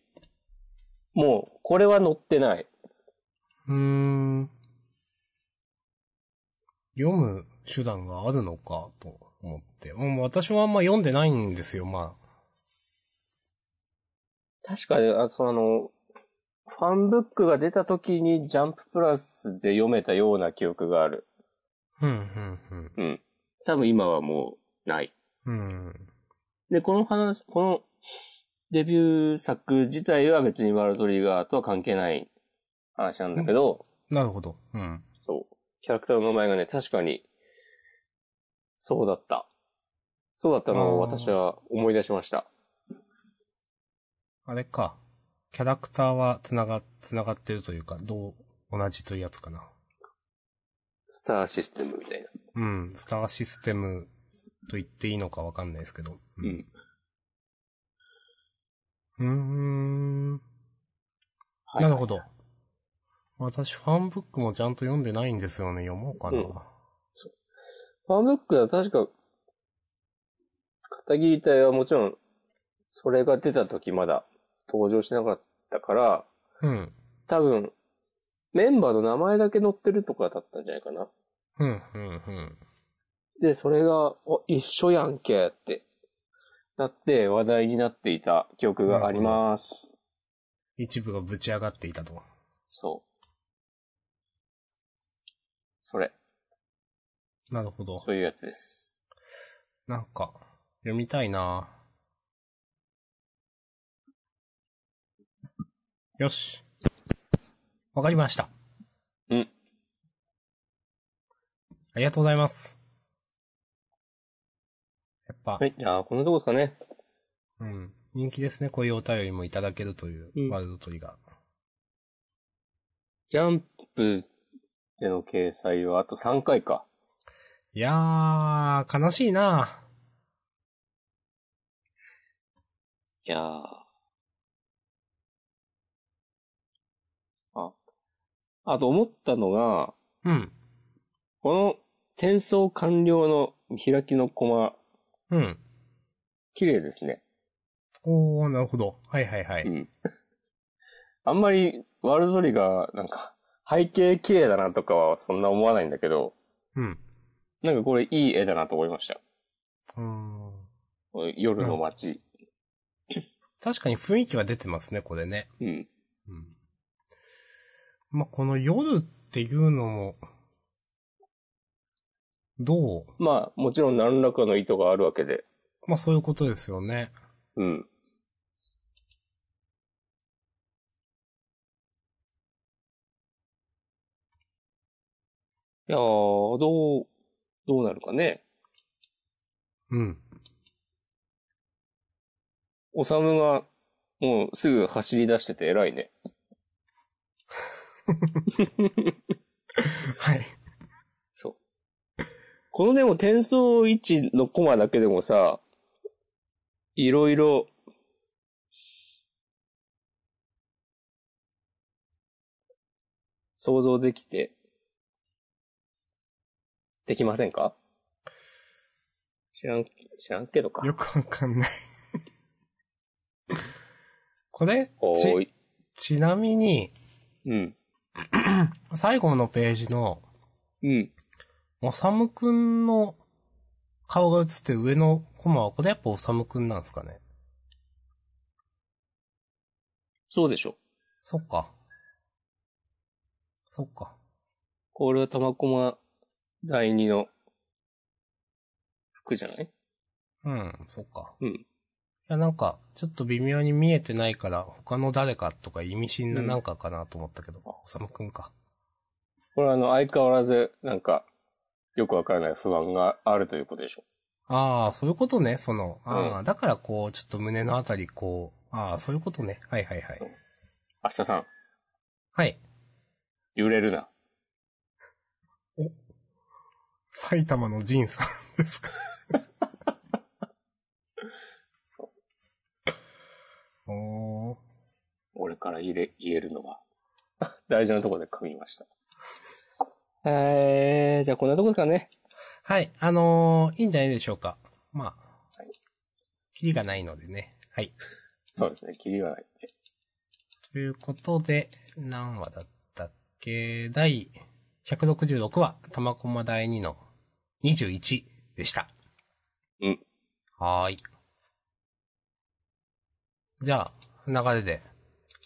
A: もう、これは載ってない。
B: うーん。読む手段があるのか、と思って。うん、私はあんま読んでないんですよ、まあ。
A: 確かに、あそのあの、ファンブックが出た時にジャンププラスで読めたような記憶がある。
B: うん、うん、
A: うん。多分今はもう、ない。
B: うん。うん。
A: で、この話、この、デビュー作自体は別にワールドトリガーとは関係ない話なんだけど、
B: なるほど。うん。
A: そう。キャラクターの名前がね、確かに、そうだった。そうだったのを
B: あー
A: 私は思い出しました。
B: あれか。キャラクターは繋が、繋がってるというか、どう、同じというやつかな。
A: スターシステムみたいな。
B: うん。スターシステムと言っていいのかわかんないですけど。
A: う。ん。
B: うーん。
A: はい
B: なるほど。私、ファンブックもちゃんと読んでないんですよね。読もうかな。
A: うんファンブックは確か、片桐隊はもちろん、それが出た時まだ登場しなかったから、
B: うん。
A: 多分、メンバーの名前だけ載ってるとかだったんじゃないかな。
B: うん、うん、うん。
A: で、それが、お、一緒やんけって、なって話題になっていた記憶があります。
B: 一部がぶち上がっていたと。
A: そう。それ、
B: なるほど。
A: そういうやつです。
B: なんか、読みたいなよし。わかりました。
A: うん。
B: ありがとうございます。やっぱ、
A: はい、じゃあ、こんなとこですかね。
B: うん。人気ですね。こういうお便りもいただけるという
A: う、ん
B: ワールドトリガー。
A: ジャンプでの掲載はあと3回か。
B: いやー、悲しいない
A: やー。あ、あと思ったのが、
B: うん。
A: この転送完了の見開きのコマ、
B: うん。
A: 綺麗ですね。
B: おー、なるほど。はいはいはい。
A: うん。あんまりワールドトリガー、なんか、背景綺麗だなとかはそんな思わないんだけど、
B: うん。
A: なんかこれいい絵だなと思いました。
B: うん。
A: 夜の街。
B: 確かに雰囲気は出てますね、これね。
A: うん。
B: うん。まあ、この夜っていうのも、どう
A: まあ、もちろん何らかの意図があるわけで。
B: まあ、そういうことですよね。
A: うん。いやー、どう、どうなるかね。
B: うん。
A: おさむが、もうすぐ走り出してて偉いね。
B: はい。
A: そう。このでも転送位置のコマだけでもさ、いろいろ、想像できて、できませんか知らん、知らんけどか。
B: よくわかんない。 これ、
A: おー
B: ち、
A: い。
B: ちなみに、
A: うん。
B: 最後のページの、
A: うん。
B: おさむくんの顔が映ってる上のコマは、これやっぱおさむくんなんですかね。
A: そうでしょ。
B: そっか。そっか。
A: これは玉駒第二の服じゃない
B: うん、そっか。
A: うん
B: いや、なんか、ちょっと微妙に見えてないから、他の誰かとか意味深な
A: うん
B: なんかかなと思ったけど、おさむくんか。
A: これはあの、相変わらず、なんか、よくわからない不安があるということでしょ。
B: ああ、そういうことね、その、ああ、だからこう、ちょっと胸のあたりこう、ああ、そういうことね。はいはいはい。
A: 明日さん、
B: はい。
A: 揺れるな。
B: 埼玉のジンさんですか。 おー。
A: 俺から言え言えるのは。 大事なところで噛みました。えー、じゃあこんなとこですかね。
B: はい、あのーいいんじゃないでしょうか。まあ
A: はい、
B: キリがないのでね。はい。
A: そうですね、キリはないって。
B: ということで、何話だったっけ第166話、玉駒第2の21でした。
A: うん。
B: はーい。じゃあ、流れで、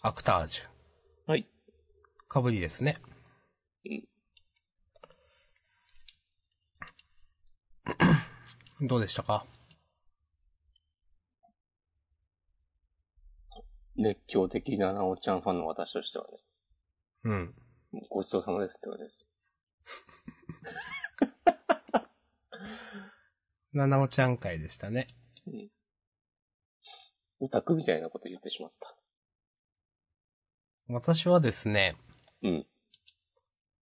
B: アクタージュ、
A: はい。
B: かぶりですね。どうでしたか
A: 熱狂的ななおちゃんファンの私としてはね、
B: うん。
A: ごちそうさまですって感じです。
B: ななおちゃん会でしたね。
A: オタクみたいなこと言ってしまった。
B: 私はですね、
A: うん。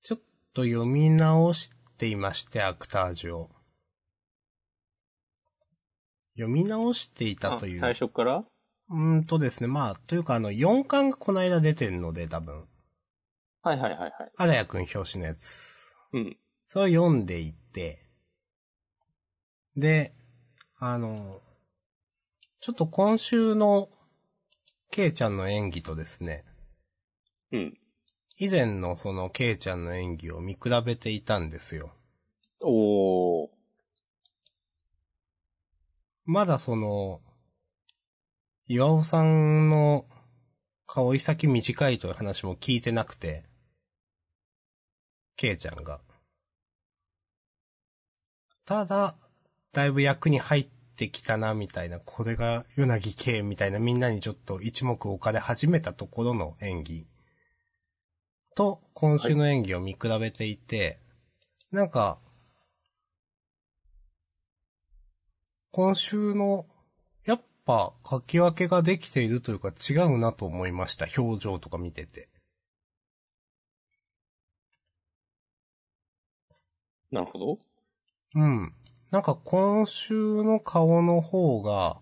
B: ちょっと読み直していまして、アクタージュを。読み直していたとい
A: あ
B: う。
A: 最初から
B: うーんとですね、まあ、というかあの、4巻がこの間出てるので、多分。
A: はいはいはいはい。
B: あだやくん表紙のやつ。
A: うん。
B: それを読んでいって、で、あの、ちょっと今週の、ケイちゃんの演技とですね、
A: うん。
B: 以前のそのケイちゃんの演技を見比べていたんですよ。
A: おー。
B: まだその、岩尾さんの顔い先短いという話も聞いてなくて、ケイちゃんが。ただ、だいぶ役に入ってきたな、みたいな、これがヨナギケイみたいな、みんなにちょっと一目置かれ始めたところの演技。と、今週の演技を見比べていて、なんか、今週の、やっぱ、書き分けができているというか違うなと思いました。表情とか見てて。
A: なるほど。
B: うん。なんか今週の顔の方が、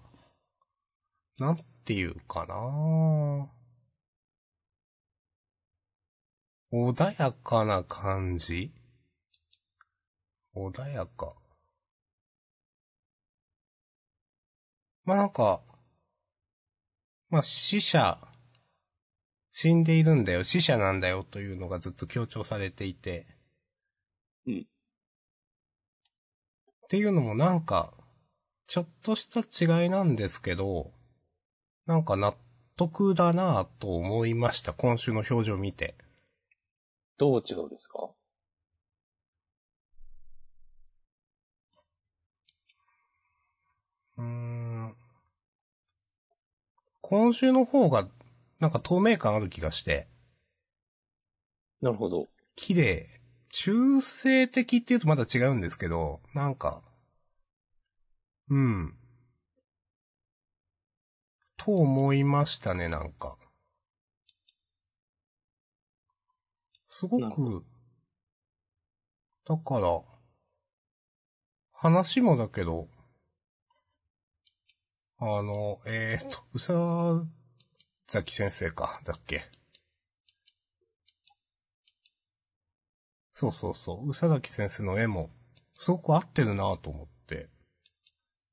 B: なんていうかな穏やかな感じ穏やか。まあ、なんか、まあ、死者、死んでいるんだよ、死者なんだよというのがずっと強調されていて。
A: うん
B: っていうのもなんか、ちょっとした違いなんですけど、なんか納得だなぁと思いました。今週の表情見て。
A: どう違うんですか
B: うーん。今週の方が、なんか透明感ある気がして、
A: なるほど。
B: 綺麗。中性的っていうとまだ違うんですけど、なんか、うん。と思いましたね、なんか。すご
A: なるほ
B: く、だから、話もだけど、あの、えー、と、うさざき先生か、だっけ。そうそうそう、宇佐崎先生の絵も、すごく合ってるなぁと思って、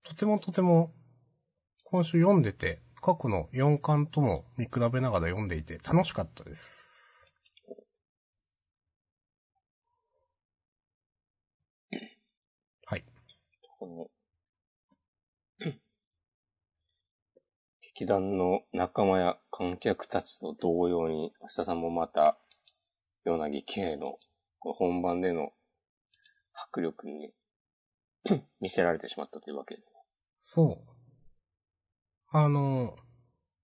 B: とてもとても、今週読んでて、過去の4巻とも見比べながら読んでいて楽しかったです。はい。
A: この、 劇団の仲間や観客たちと同様に、明日さんもまた、柳慶の、この本番での迫力に 見せられてしまったというわけですね。
B: そう。あの、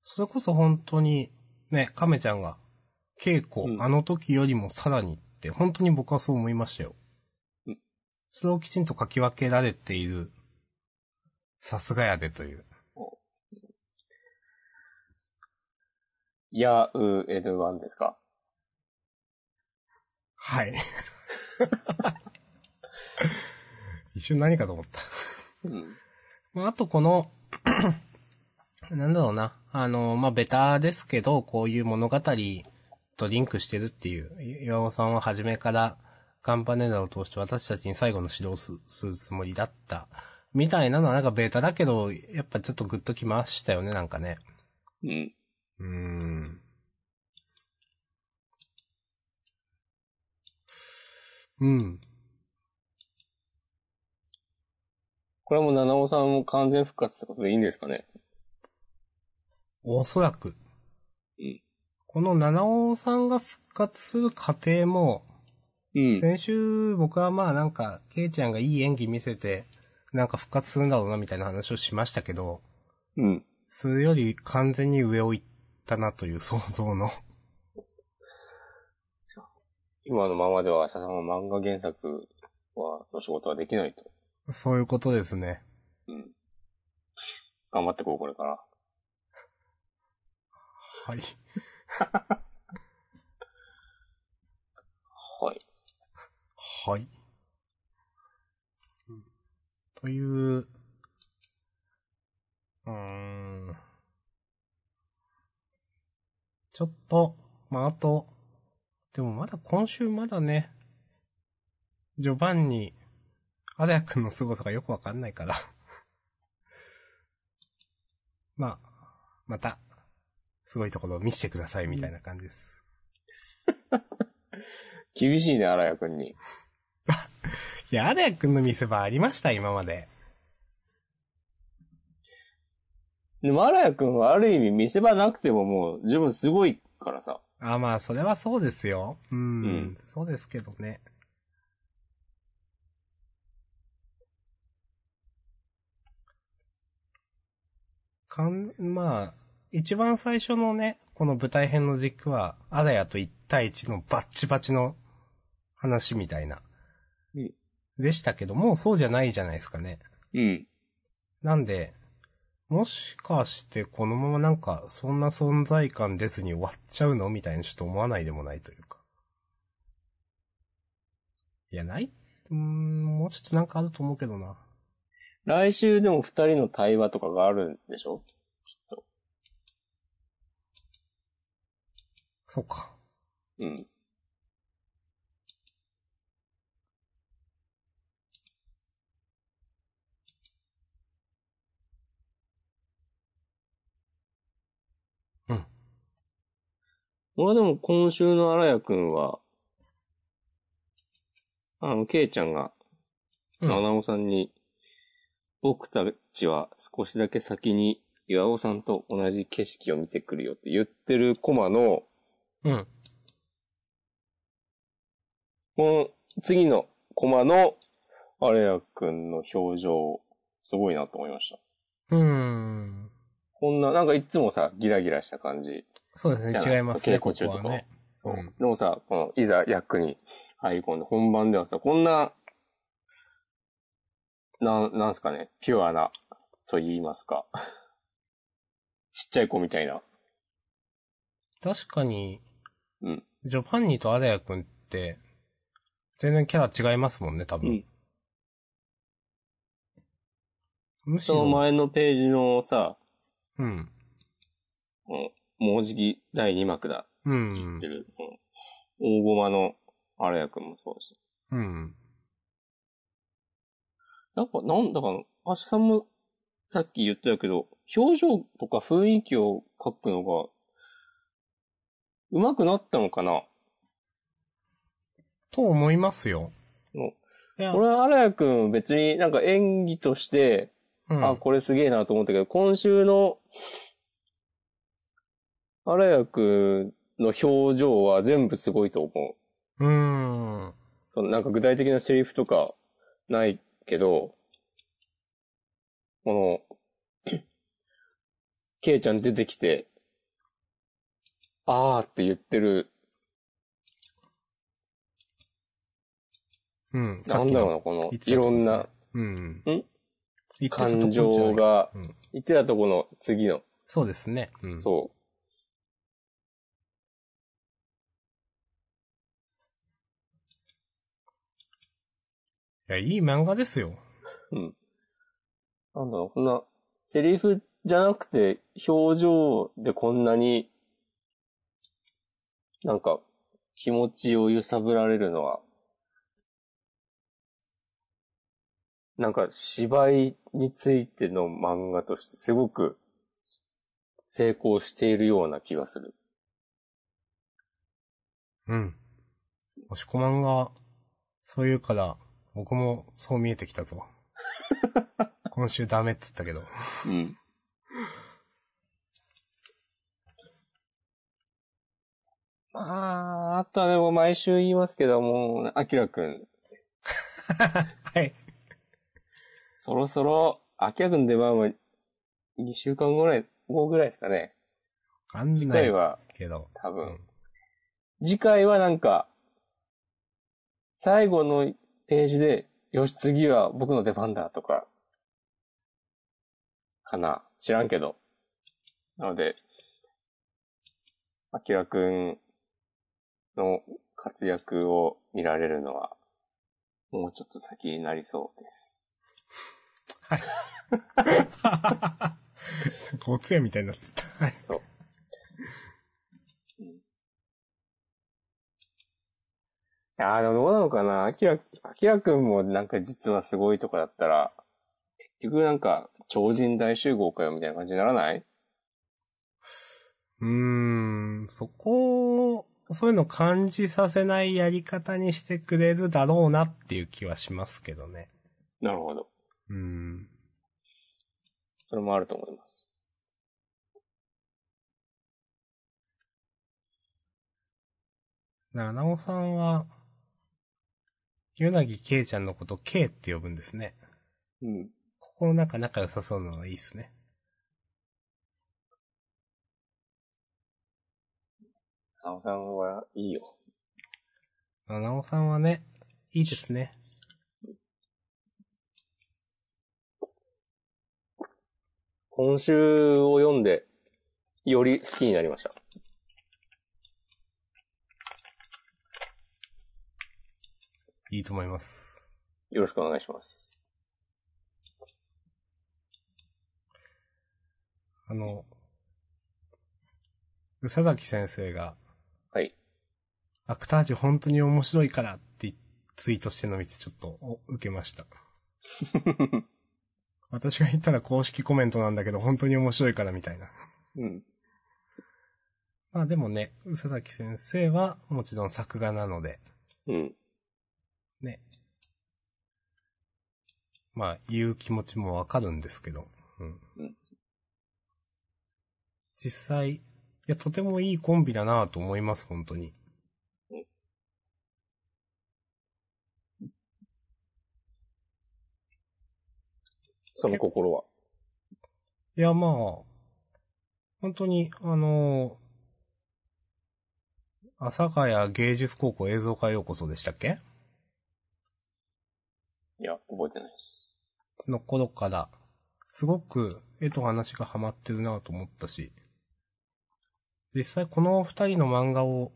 B: それこそ本当に、ね、亀ちゃんが、稽古、
A: うん
B: あの時よりもさらにって、本当に僕はそう思いましたよ。
A: うん
B: それをきちんと書き分けられている、さすがやでという。
A: ヤーエルワンですか
B: はい。 一瞬何かと思った。
A: うん。
B: まあ、あとこの、 なんだろうな。あの、まあ、ベタですけど、こういう物語とリンクしてるっていう、い岩尾さんは初めから、カンパネラを通して私たちに最後の指導をすするつもりだった。みたいなのはなんかベタだけど、やっぱちょっとグッときましたよね、なんかね。
A: うん。
B: うーん。うん。
A: これはもう七尾さんも完全復活ってことでいいんですかね
B: おそらく。
A: うん
B: この七尾さんが復活する過程も、
A: うん。
B: 先週僕はまあなんか、ケイちゃんがいい演技見せて、なんか復活するんだろうなみたいな話をしましたけど、
A: うん。
B: それより完全に上を行っったなという想像の。
A: 今のままでは、ささんは漫画原作は、の仕事はできないと。
B: そういうことですね。
A: うん。頑張ってこう、これから。
B: はい。
A: はい。
B: はい。という、うーん。ちょっと、まあ、あと、でもまだ今週まだね、序盤に、アダヤ君の凄さがよくわかんないから。 まあ、また、すごいところを見せてくださいみたいな感じです。
A: 厳しいね、荒谷くんに。
B: いや、アダヤ君の見せ場ありました今まで。
A: でも、荒谷くんはある意味見せ場なくてももう、十分すごいからさ。
B: あ、まあ、それはそうですよ。うん。
A: うん
B: そうですけどね。かん、まあ、一番最初のね、この舞台編の軸は、アダヤと一対一のバッチバチの話みたいな
A: うん。
B: でしたけど、もうそうじゃないじゃないですかね。
A: うん。
B: なんで、もしかしてこのままなんか、そんな存在感出ずに終わっちゃうのみたいにちょっと思わないでもないというか。いや、ないうーん、もうちょっとなんかあると思うけどな。
A: 来週でも二人の対話とかがあるんでしょきっと。
B: そうか。
A: うん。
B: うん。
A: 俺はでも今週の荒谷くんは、あの、ケイちゃんが、
B: う
A: ア
B: ん
A: ナゴさんに、僕たちは少しだけ先に岩尾さんと同じ景色を見てくるよって言ってるコマの、
B: うん。
A: この次のコマの、アレア君の表情、すごいなと思いました。
B: うーん。
A: こんな、なんかいつもさ、ギラギラした感じ。
B: そうですね、違いますね、
A: 稽
B: こ
A: 古中
B: こ
A: と
B: は
A: か
B: ね。うん
A: でもさ、この、いざ役に入り込んで、本番ではさ、こんな、なん、なんすかね、ピュアな、と言いますか。 ちっちゃい子みたいな。
B: 確かに、
A: うん。
B: ジョパンニとアダヤ君って、全然キャラ違いますもんね、多分。むし
A: その
B: ろ、
A: 前のページのさ、
B: うん。
A: このもうじき第2幕だ
B: う
A: って言っ
B: ん
A: て。る、この大駒のアレア君もそうだし。
B: うん。
A: なんか、なんだかな、アシさんもさっき言ってたけど、表情とか雰囲気を描くのが、上手くなったのかな
B: と思いますよ。
A: の
B: いや、
A: 俺は荒谷くん別になんか演技として、
B: うん、
A: あ、これすげえなと思ったけど、今週の荒谷くんの表情は全部すごいと思う。
B: うーん。
A: そのなんか具体的なセリフとかないけど、この、 ケイちゃん出てきて、あーって言ってる、
B: うん。
A: な
B: っ
A: ん
B: き
A: だ
B: の
A: ろうな、この
B: 言っ、て
A: い
B: たと
A: ろ
B: こですね
A: んな。
B: うん。
A: ん
B: 言ってたとこじゃない
A: 感情。が、
B: うん
A: 言ってたとこの次の、
B: そうですね。うん。
A: そう。
B: いや、いい漫画ですよ。
A: うん。なんだろう、こんな、セリフじゃなくて、表情でこんなに、なんか、気持ちを揺さぶられるのは、なんか芝居についての漫画としてすごく成功しているような気がする。
B: うん。押し込まんが、そう言うから、僕もそう見えてき たぞ。今週ダメっつったけど。
A: うん。まあ、あとはでも毎週言いますけども、アキラくん、
B: はい。
A: そろそろ、アキラくん出番は2週間ぐらい、後ぐらいですかね。
B: かん
A: 次
B: な
A: 回
B: い
A: は、
B: け ど。
A: 多分、
B: うん
A: 次回はなんか、最後のページで、よし、次は僕の出番だとか、かな。知らんけど。なので、アキラくんの活躍を見られるのは、もうちょっと先になりそうです。
B: お通夜みたいになっちゃった。はい。
A: そう。うん、ああ、でもどうなのかなアキラ、アキラくんもなんか実はすごいとかだったら、結局なんか超人大集合かよみたいな感じにならないう
B: ーん、そこを、そういうの感じさせないやり方にしてくれるだろうなっていう気はしますけどね。
A: なるほど。
B: うん。
A: それもあると思います。
B: だから、なおさんは、ゆなぎけいちゃんのこと、けいって呼ぶんですね。
A: うん。
B: ここの中仲良さそうなのはいいですね。
A: なおさんはいいよ。
B: なおさんはね、いいですね。
A: 今週を読んで、より好きになりました。
B: いいと思います。
A: よろしくお願いします。
B: あの、宇佐崎先生が、
A: はい。
B: アクタージュ本当に面白いからってツイートしてるの見てちょっとお受け ました。私が言ったら公式コメントなんだけど本当に面白いからみたいな。
A: うん。
B: まあでもね、宇佐崎先生はもちろん作画なので、
A: うん。
B: ね。まあ言う気持ちもわかるんですけど。うん。
A: うん
B: 実際、いやとてもいいコンビだなぁと思います、本当に。
A: その心は。
B: いや、まあ、本当に、あのー、阿佐ヶ谷芸術高校映像科へようこそでしたっけ
A: いや、覚えてないです。
B: の頃から、すごく絵と話がハマってるなと思ったし、実際この二人の漫画を、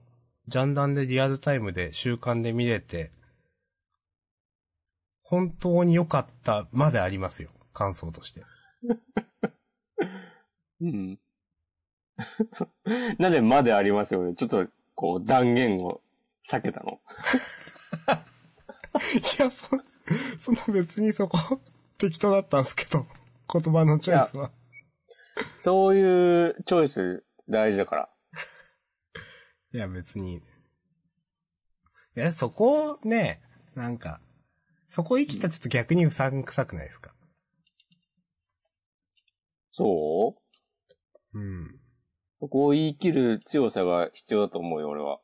B: ジャンダンでリアルタイムで習慣で見れて、本当に良かったまでありますよ、感想として。
A: うん。 なんでまでありますよね。ちょっと、こう、断言を避けたの。
B: いや、そ、 その別にそこ、適当だったんですけど、言葉のチョイスは。
A: そういうチョイス大事だから。
B: いや、別に。いや、そこをね、なんか、そこ生きたらちょっと逆にうさんくさくないですか。
A: そう
B: うん。
A: そこを言い切る強さが必要だと思うよ、俺は。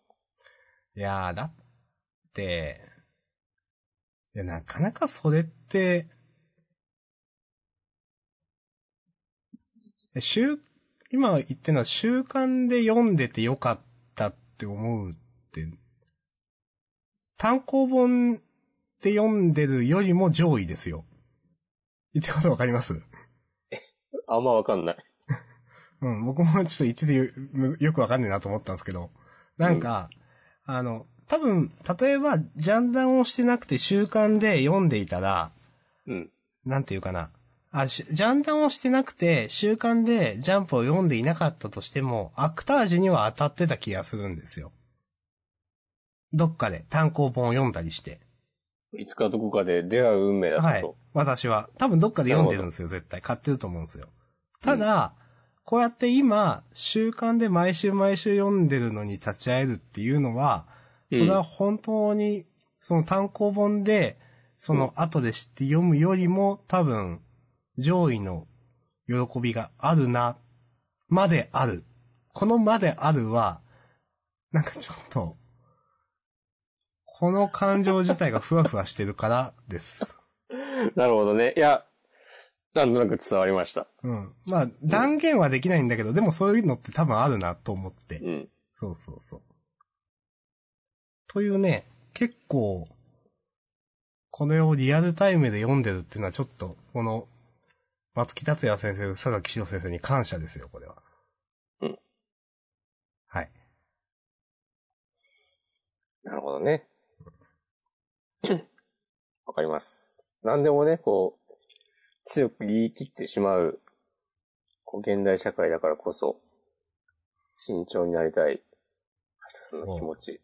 B: いやー、だって、いや、なかなかそれって、え週、今言ってるのは週刊で読んでてよかったって思うって、単行本で読んでるよりも上位ですよ。言ってることわかります
A: あんまわかんない。
B: うん、僕もちょっと言っててよむよくわかんねえなと思ったんですけど、なんか、あの、多分、例えば、ジャンダンをしてなくて習慣で読んでいたら、
A: うん。
B: なんていうかな。あ、しジャンダンをしてなくて、習慣でジャンプを読んでいなかったとしても、アクタージュには当たってた気がするんですよ。どっかで単行本を読んだりして。
A: いつかどこかで出会う運命だ
B: は
A: った
B: い
A: と。。
B: 私は。多分どっかで読んでるんですよ、絶対。買ってると思うんですよ。ただ、こうやって今、習慣で毎週毎週読んでるのに立ち会えるっていうのは、これは本当に、その単行本で、その後で知って読むよりも、多分、上位の喜びがあるな、まである。このまであるは、なんかちょっと、この感情自体がふわふわしてるからです。
A: なるほどね。いや、なんとなく伝わりました。
B: うん。まあ、断言はできないんだけど、でもそういうのって多分あるなと思って。
A: うん。
B: そうそうそう。というね、結構、これをリアルタイムで読んでるっていうのはちょっと、この、松木達也先生、佐々木史郎先生に感謝ですよ、これは。
A: うん。
B: はい。
A: なるほどね。わかります。何でもね、こう、強く言い切ってしまう、こう、現代社会だからこそ、慎重になりたい、橋田さんの気持ち。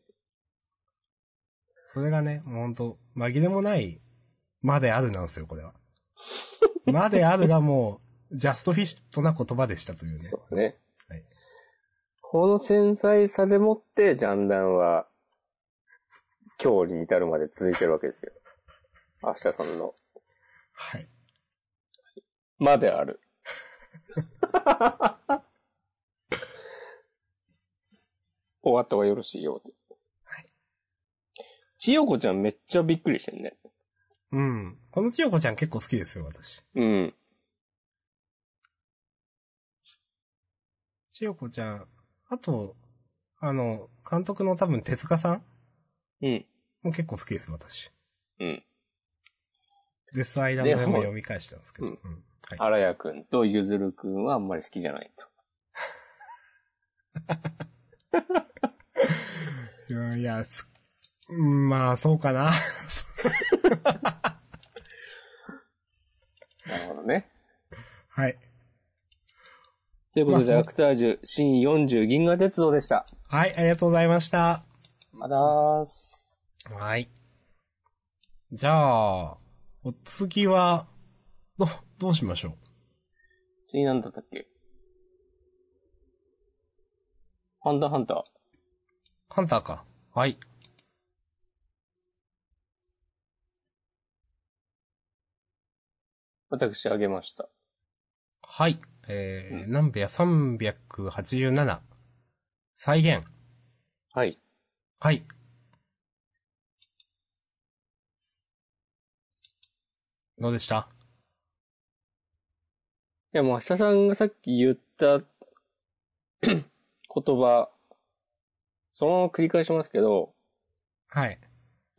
B: それがね、もうほんと、紛れもない、まであるなんですよ、こ れは。まであるがもう、ジャストフィットな言葉でしたというね。
A: そうだね。
B: はい
A: この繊細さでもって、ジャンダンは、今日に至るまで続いてるわけですよ。明日さんの。
B: はい。
A: まであ る。終わった方がよろしいようで。
B: はい。
A: 千代子ちゃんめっちゃびっくりしてんね。
B: うん。この千代子ちゃん結構好きですよ、私。
A: うん。
B: 千代子ちゃん、あと、あの、監督の多分手塚さん
A: うん。
B: も結構好きです、私。
A: うん。
B: デスアイランドでも読み返したんですけど。
A: でも
B: うんはい
A: 荒谷くんとゆずるくんはあんまり好きじゃないと。
B: うん。いや、すうんまあ、そうかな。
A: なるほどね。
B: はい。
A: ということで、
B: まあ
A: アクタージュ、新40銀河鉄道でした。
B: はい、ありがとうございました。
A: まだーす。
B: はい。じゃあ、お次は、ど、どうしましょう
A: 次なんだったっけハンターハンター。
B: ハンターか。はい。
A: 私あげました。
B: はい。えー、
A: う
B: 南部屋387。再現。
A: はい。
B: はい。どうでした
A: いや、もう、明日さんがさっき言った 言葉、そのまま繰り返しますけど、
B: はい。
A: い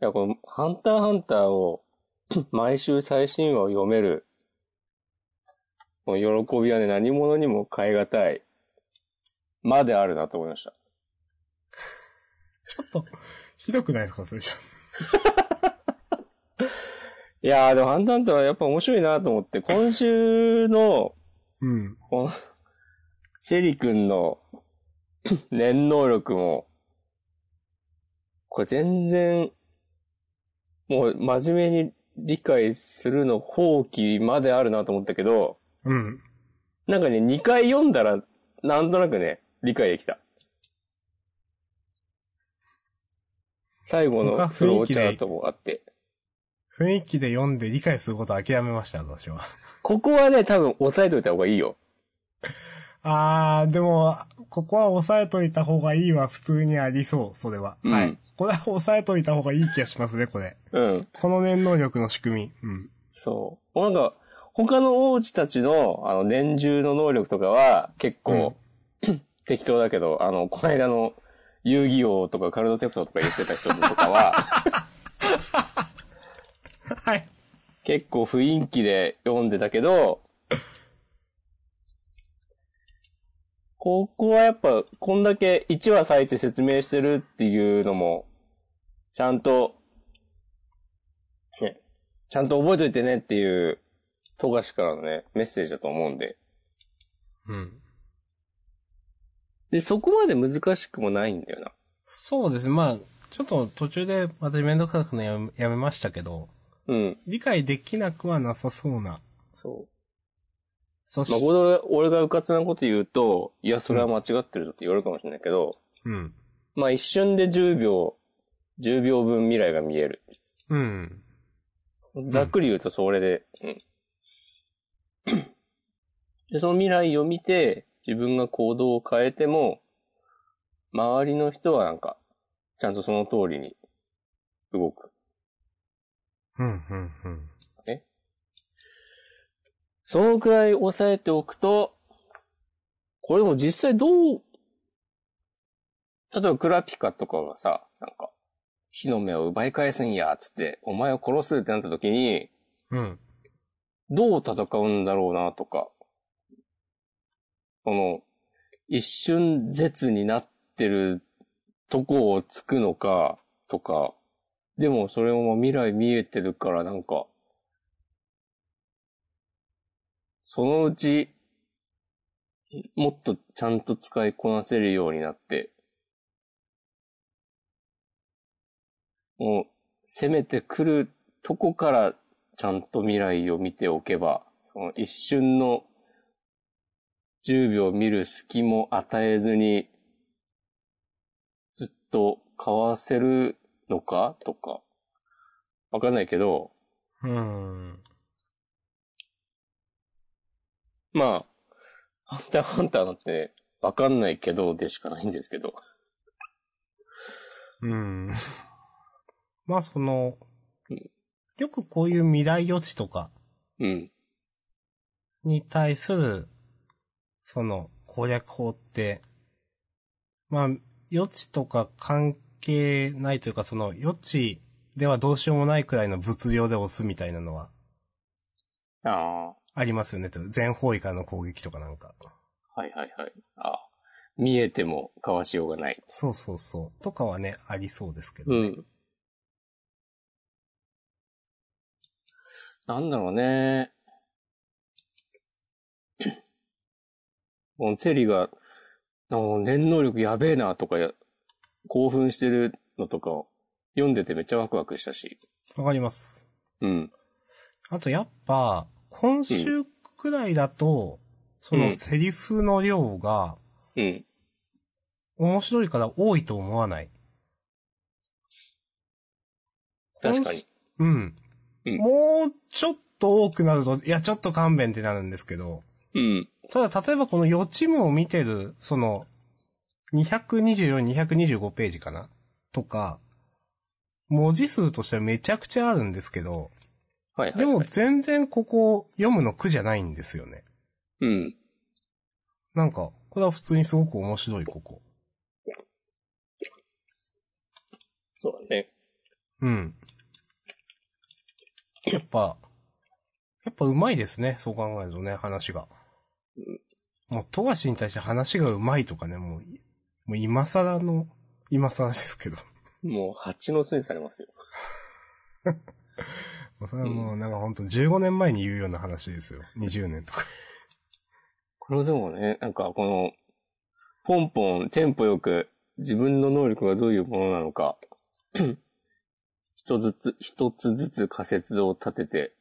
A: や、この、ハンターハンターを、 毎週最新話を読める、もう喜びはね、何者にも変え難い、まであるなと思いました。
B: ちょっと、ひどくないですかそれじゃ。
A: いやー、でも、ハンターハンターはやっぱ面白いなと思って、今週の、
B: うん。
A: この、チェリ君の 念能力も、これ全然、もう真面目に理解するの放棄まであるなと思ったけど、
B: うん。
A: なんかね、2回読んだら、なんとなくね、理解できた。最後の
B: 僕は
A: フロ
B: 雰囲
A: ー
B: 気
A: チ
B: で
A: ャートもあって。
B: 雰囲気で読んで理解することは諦めました、私は。
A: ここはね、多分押さえといた方がいいよ。
B: あー、でも、ここは押さえといた方がいいは普通にありそう、それは。
A: うん
B: はい。これは押さえといた方がいい気がしますね、これ。
A: うん。
B: この念能力の仕組み。うん。
A: そう。なんか、他の王子たちの、あの、年中の能力とかは、結構、適当だけど、あの、この間の、遊戯王とかカルドセプトとか言ってた人とかは、
B: はい。
A: 結構雰囲気で読んでたけど、ここはやっぱ、こんだけ1話割いて説明してるっていうのも、ちゃんと、ね、ちゃんと覚えといてねっていう、富樫からのね、メッセージだと思うんで。
B: うん。
A: で、そこまで難しくもないんだよな。
B: そうですね。まあ、ちょっと途中で私めんどくさくのやめやめましたけど、
A: うん。
B: 理解できなくはなさそうな。
A: そ
B: そし
A: まあ、これ俺がうかつなこと言うと、いや、それは間違ってるぞって言われるかもしれないけど、
B: うん。
A: まあ一瞬で10秒、10秒分未来が見える。
B: うん。
A: ざっくり言うとそれで、うん。 で、その未来を見て、自分が行動を変えても、周りの人はなんか、ちゃんとその通りに動く。
B: うん、うん、うん。
A: そのくらい抑えておくと、これも実際どう、例えばクラピカとかがさ、なんか、火の目を奪い返すんや、つって、お前を殺すってなった時に、
B: うん。
A: どう戦うんだろうな、とか。その、一瞬絶になってるとこをつくのか、とか。でもそれも未来見えてるから、なんか、そのうち、もっとちゃんと使いこなせるようになって、もう、攻めてくるとこからちゃんと未来を見ておけば、その一瞬の10秒見る隙も与えずに、ずっと買わせるのかとか、わかんないけど、
B: うん。
A: まあ、ハンターハンターなんて、わかんないけどでしかないんですけど。
B: うん。 まあその、よくこういう未来予知とか
A: うん。
B: に対する、その攻略法って、まあ予知とか関係ないというかその予知ではどうしようもないくらいの物量で押すみたいなのは
A: あ
B: ありますよねと。全方位からの攻撃とかなんか。
A: あ、はいはいはい。ああ見えてもかわしようがない。
B: そうそうそう。とかはね、ありそうですけど
A: う
B: ね。
A: ん。なんだろうね。 もうチェリーが、あの念能力やべえなとかや、興奮してるのとかを読んでてめっちゃワクワクしたし。
B: わかります。
A: うん。
B: あとやっぱ、今週くらいだと、そのセリフの量が
A: うん。
B: 面白いから多いと思わない。
A: 確かに。
B: うん。
A: うん
B: もうちょっと多くなると、いや、ちょっと勘弁ってなるんですけど、
A: うん。
B: ただ例えばこの予知夢を見てる、その、224、225ページかなとか、文字数としてはめちゃくちゃあるんですけど、
A: はいはい、はい。
B: でも、全然ここ読むの苦じゃないんですよね。
A: うん。
B: なんか、これは普通にすごく面白いここ。
A: そうだね。
B: うん。やっぱ、やっぱ上手いですね。そう考えるとね、話が。もう、富樫に対して話が上手いとかね、もう、もう今更の、今更ですけど。
A: もう蜂の巣にされますよ。
B: もうそれはもうなんかほんと15年前に言うような話ですよ。20年とか。
A: これでもね、なんかこの、ポンポン、テンポよく、自分の能力がどういうものなのか、一つずつ、一つずつ仮説を立てて、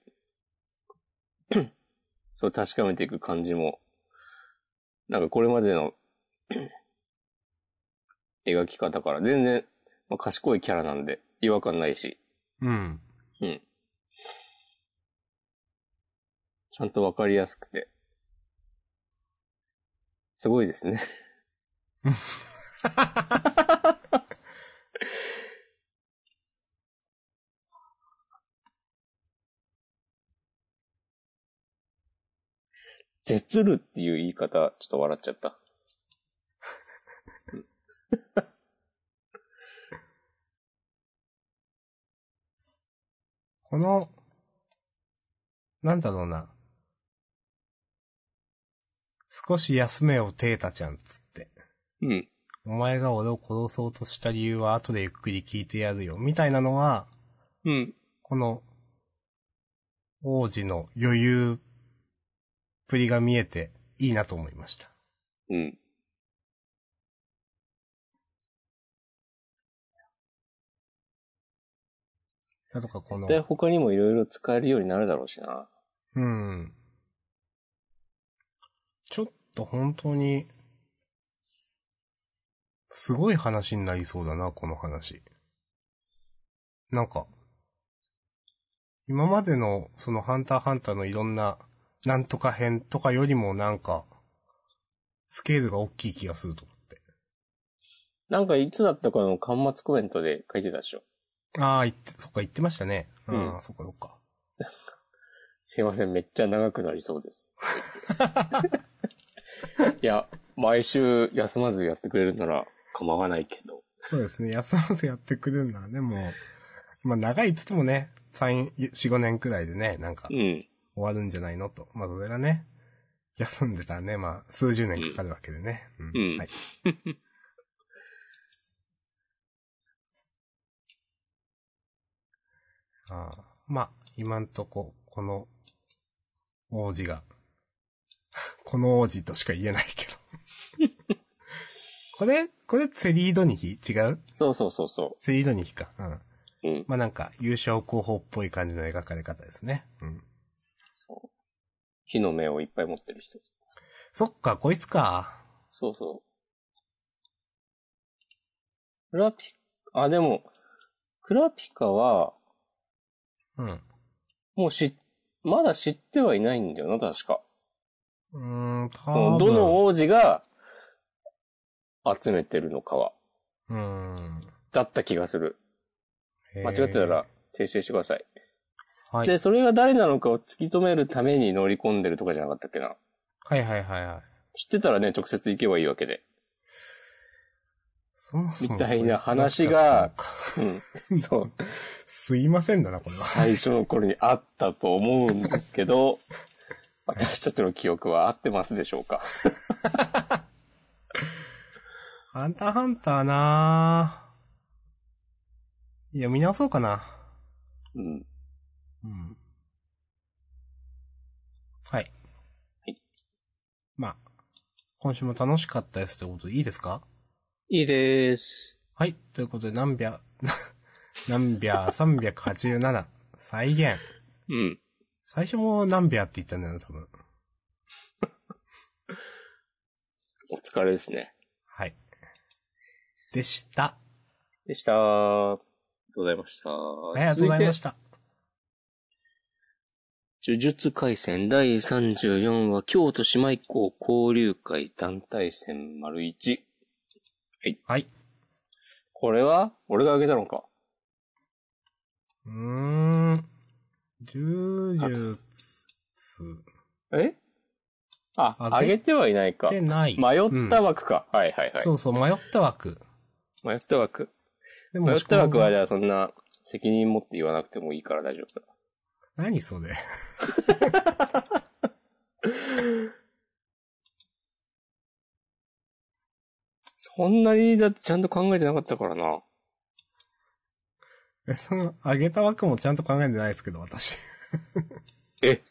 A: そう確かめていく感じも、なんかこれまでの描き方から全然、まあ、賢いキャラなんで違和感ないし、
B: うん。
A: うん。ちゃんとわかりやすくて。すごいですね。絶るっていう言い方、ちょっと笑っちゃった。
B: この、なんだろうな。少し休めよ、テータちゃんっつって。
A: うん。
B: お前が俺を殺そうとした理由は後でゆっくり聞いてやるよ。みたいなのは、
A: うん。
B: この、王子の余裕っぷりが見えていいなと思いました。
A: うん。
B: だとかこの、
A: で、他にもいろいろ使えるようになるだろうしな。
B: うん。ちょっと本当に、すごい話になりそうだな、この話。なんか、今までの、その、ハンターハンターのいろんな、なんとか編とかよりもなんか、スケールが大きい気がすると思って。
A: なんかいつだったかの端末コメントで書いてたでしょ。
B: ああ、言って、そっか、言ってましたね。ああ、
A: うん
B: そっか、そっか。
A: すいません、めっちゃ長くなりそうです。 いや、毎週休まずやってくれるなら構わないけど。
B: そうですね。休まずやってくれるんだ。でも、まあ長いっつってもね、3、4、5年くらいでね、なんか
A: う
B: 終
A: ん。
B: わるんじゃないのと。まあそれがね、休んでたらね、まあ数十年かかるわけでね。うん。
A: うん
B: はい。 ああまあ、今んとこ、この王子が、 この王子としか言えないけど。 これ、これセリードニヒ違う
A: そうそうそうそ
B: セリードニヒか。うん。
A: う。うん。
B: まあ、なんか、優勝候補っぽい感じの描かれ方ですね。うん。
A: 火の目をいっぱい持ってる人。
B: そっか、こいつか。
A: そうそう。クラピ、あ、でも、クラピカは、
B: うん。う
A: もうし、まだ知ってはいないんだよな、確か。
B: ーん、
A: そ
B: 多
A: の
B: 分
A: どの王子が集めてるのかは、
B: うーん。
A: だった気がする。
B: へー
A: 間違ってたら。訂正してください。
B: はい。
A: で、それが誰なのかを突き止めるために乗り込んでるとかじゃなかったっけな。
B: はいはいはいはい。
A: 知ってたらね、直接行けばいいわけで。
B: そもそも。
A: みたいな話が。 うん。 そう。
B: すいませんだな、これは。
A: 最初の頃にあったと思うんですけど、 私たちの記憶は合ってますでしょうか
B: ハンターハンターなぁ。読み直そうかな。
A: うん。
B: うん。はい。
A: はい。
B: まあ、今週も楽しかったですということでいいですか
A: いいです。
B: はい。ということで、何 百、何百387、再現。
A: うん。
B: 最初も何百って言ったんだよな、多分。
A: お疲れですね。
B: はい。でした。
A: でした。ありがとうございました。
B: ありがとうございました。
A: 呪術廻戦第34話、京都姉妹校交流会団体戦丸1。
B: はい。
A: これは俺が挙げたのか。
B: うーん。十十つ、
A: えあ、
B: あ
A: 挙げてはいないか。
B: てない。
A: 迷
B: うん
A: った枠か。はいはいはい。
B: そうそう、迷った枠。
A: 迷った枠。
B: で
A: 迷った枠はじ
B: 押し込
A: ゃあそんな責任持って言わなくてもいいから大丈夫だ。
B: まん何それ。
A: そんなにだってちゃんと考えてなかったからな。
B: えその、あげた枠もちゃんと考えてないですけど、私。
A: え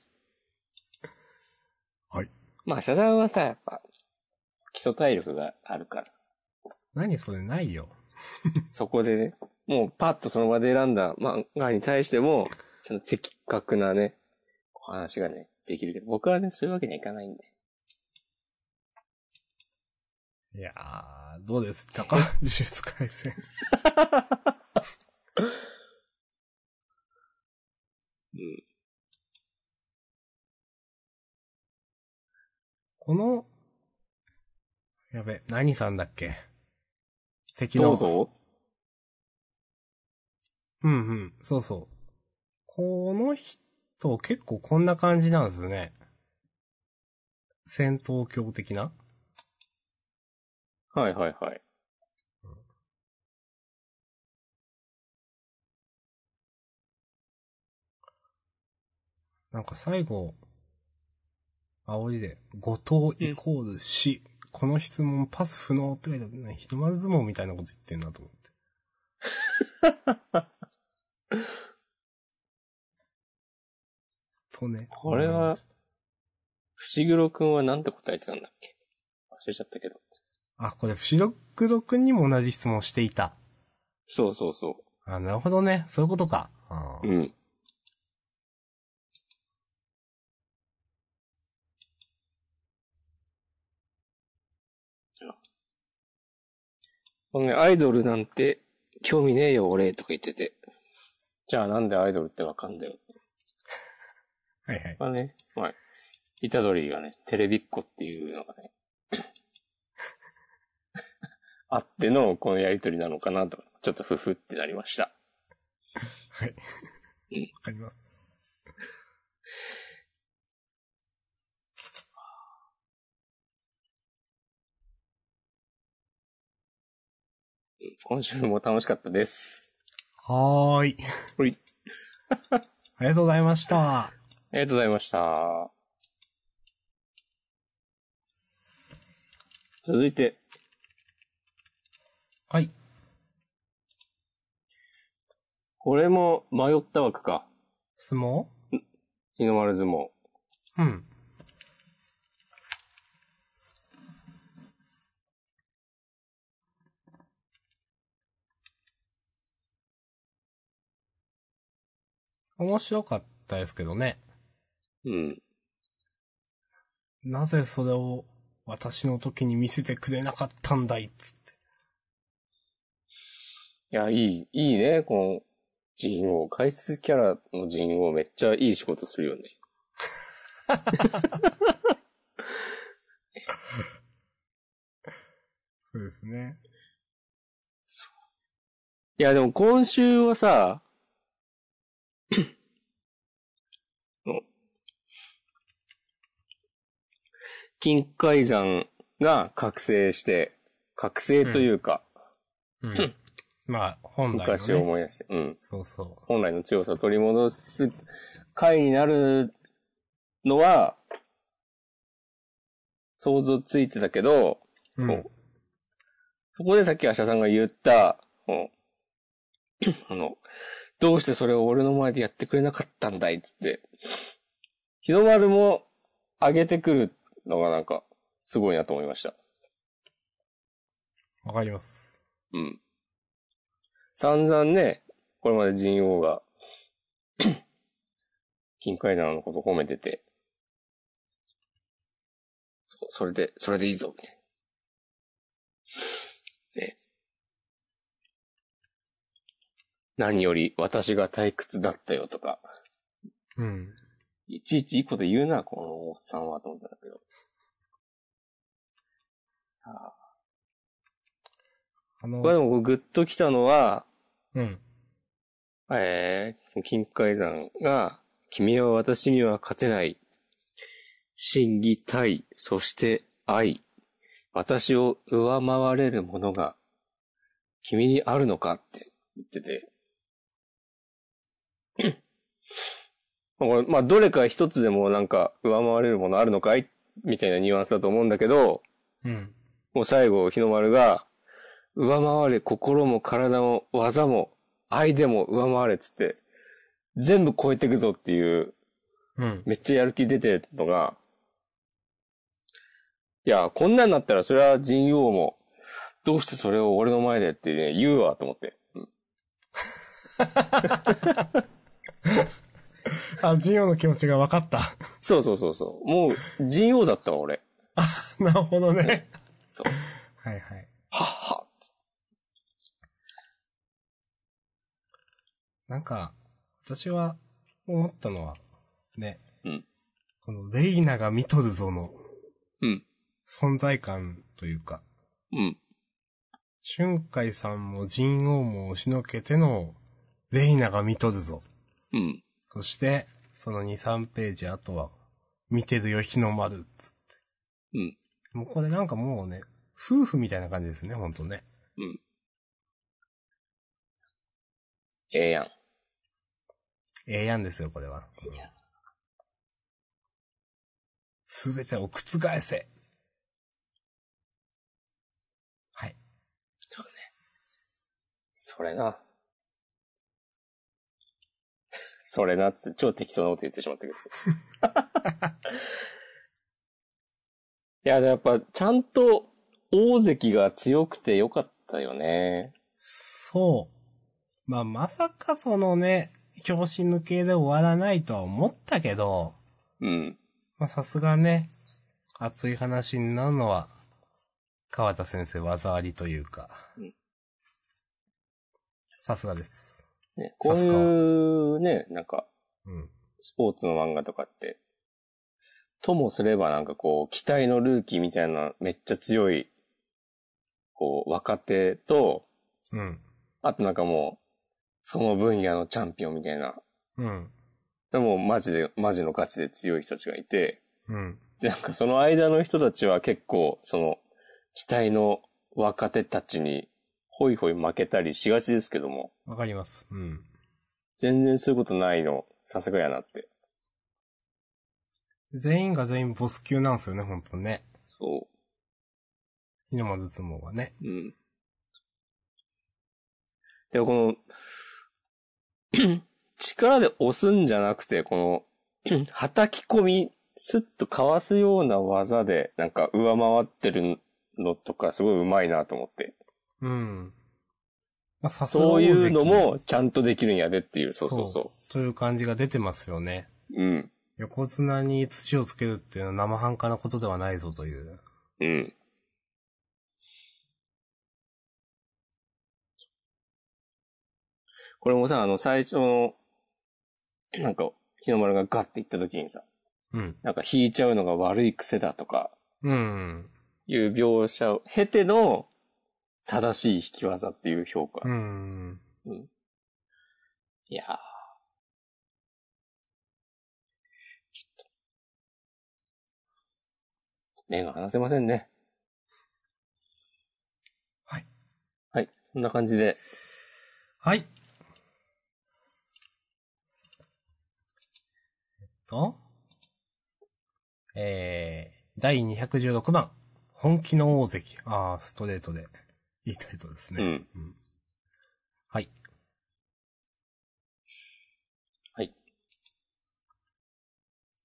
B: はい。
A: まあ、社団はさ、やっぱ、基礎体力があるから。
B: 何それ、ないよ。
A: そこでね、もうパッとその場で選んだ漫画に対しても、ちゃんと的確なね、お話がね、できるけど、僕はね、そういうわけにはいかないんで。
B: いやー、どうですか呪術回戦。
A: うん。
B: この、やべ、何さんだっけ敵
A: ど
B: の。
A: うぞ。
B: うんうん、そうそう。この人、結構こんな感じなんですね。戦闘狂的な
A: はいはいはい。
B: なんか最後、煽りで、後藤イコール死、この質問パス不能って書いてあって、日の丸相撲みたいなこと言ってんなと思って。 とね。
A: これは、伏黒くんはなんて答えてたんだっけ忘れちゃったけど。
B: あ、これ、伏黒くんにも同じ質問していた。
A: そうそうそ
B: あ、なるほどね。そういうことか。あ
A: う。
B: ー
A: うん。このね、アイドルなんて興味ねえよ俺とか言ってて。じゃあなんでアイドルってわかんだよって。
B: はいはい。
A: まあね、はい。イタドリがね、テレビっ子っていうのが ね、あってのこのやりとりなのかなと、ちょっとふふってなりました。
B: はい
A: うん。
B: わかります。
A: 今週も楽しかったです。
B: はーい。
A: ほい。
B: ありがとうございました。
A: ありがとうございました。続いて、
B: はい。
A: これも迷った枠か。
B: 相撲
A: 日の丸相撲。
B: うん。面白かったですけどね。
A: うん。
B: なぜそれを私の時に見せてくれなかったんだいっつって。
A: いや、いい、いいね、この、人王。解説キャラの人王めっちゃいい仕事するよね。
B: そうですね。
A: いや、でも今週は さ、の金海山が覚醒して、覚醒というか、
B: うん。まあ、本来
A: 昔を
B: の、ね。
A: 思い出して、うん。
B: そうそ
A: 本来の強さを取り戻す回になるのは、想像ついてたけど、
B: う。うん。
A: そこでさっきアシャさんが言った、もうあの、どうしてそれを俺の前でやってくれなかったんだいっつって。日の丸も上げてくるのがなんか、すごいなと思いました。
B: わかります。
A: うん。散々ね、これまで人王が、 金階段のこと褒めてて、そそれで、それでいいぞ、みたいな。ね。何より私が退屈だったよとか、
B: うん。
A: いちいちいいこと言うな、このおっさんは、と思ったんだけど。
B: あ
A: これで
B: の、
A: もこうグッときたのは、
B: うん。
A: えー、金海山が、君は私には勝てない。真偽体、そして愛。私を上回れるものが、君にあるのかって言ってて。まあこれまあ、どれか一つでもなんか、上回れるものあるのかいみたいなニュアンスだと思うんだけど、
B: うん。
A: もう最後、日の丸が、上回れ、心も体も技も、愛でも上回れっつって、全部超えてくぞっていう、
B: うん。
A: めっちゃやる気出てるのが、いや、こんなんなったら、それは人王も、どうしてそれを俺の前でって、ね、言うわ、と思って。
B: あ、ジオの気持ちが分かった。
A: そうそうそうそう。もう、人王だったわ、俺。
B: なるほどね。
A: そう。
B: はいはい。
A: はっはっつって。
B: なんか、私は思ったのは、ね。
A: うん
B: この、レイナが見とるぞの
A: うん。
B: 存在感というか、
A: うん。
B: 春海さんも神王も押しのけての、レイナが見とるぞ。
A: うん。
B: そして、その2、3ページあとは、見てるよ、日の丸、つって。
A: うん。
B: もうこれなんかもうね、夫婦みたいな感じですね、ほんとね。
A: ええやん。
B: ええやんですよ、これは。すべてを覆せ。はい。
A: それな。 それなっつって、超適当なこと言ってしまったけど。いや、でもやっぱ、ちゃんと、大関が強くてよかったよね。
B: そう。まあ、まさかそのね、表紙抜けで終わらないとは思ったけど、
A: うん。
B: まあ、さすがね、熱い話になるのは、川田先生技ありというか
A: うん。
B: さすがです。
A: ね、こういう、ね、なんか、
B: うん。
A: スポーツの漫画とかって、ともすればなんかこう、期待のルーキーみたいな、めっちゃ強い、こう、若手と、
B: うん。
A: あとなんかもう、その分野のチャンピオンみたいな、
B: うん。
A: でも、マジで、マジのガチで強い人たちがいて、
B: うん。
A: で、なんかその間の人たちは結構、その、期待の若手たちにホイホイ負けたりしがちですけども、
B: わかります。うん。
A: 全然そういうことないの、さすがやなって。
B: 全員が全員ボス級なんですよね、ほんとね。
A: そ
B: 日の丸相撲はね。
A: う。うん。でもこの、 力で押すんじゃなくて、この、 叩き込み、スッとかわすような技で、なんか上回ってるのとか、すごい上手いなと思って。
B: うん。まあ、さすが
A: そういうの
B: 大関、
A: もちゃんとできるんやでっていう、そうそうそう。
B: という感じが出てますよね。
A: うん。
B: 横綱に土をつけるっていうのは生半可なことではないぞという。
A: うん。これもさ、あの、最初の、なんか、日の丸がガッていった時にさ、
B: うん。
A: なんか引いちゃうのが悪い癖だとか、
B: うん。
A: いう描写を経ての、正しい引き技っていう評価。
B: うん。
A: いやー。目が離せませんね。
B: はい。
A: はい。こんな感じで、
B: はい。えっと。えー、第216番。本気の大関。ああ、ストレートで。いいタイトルですね。
A: うん
B: はい。
A: はい。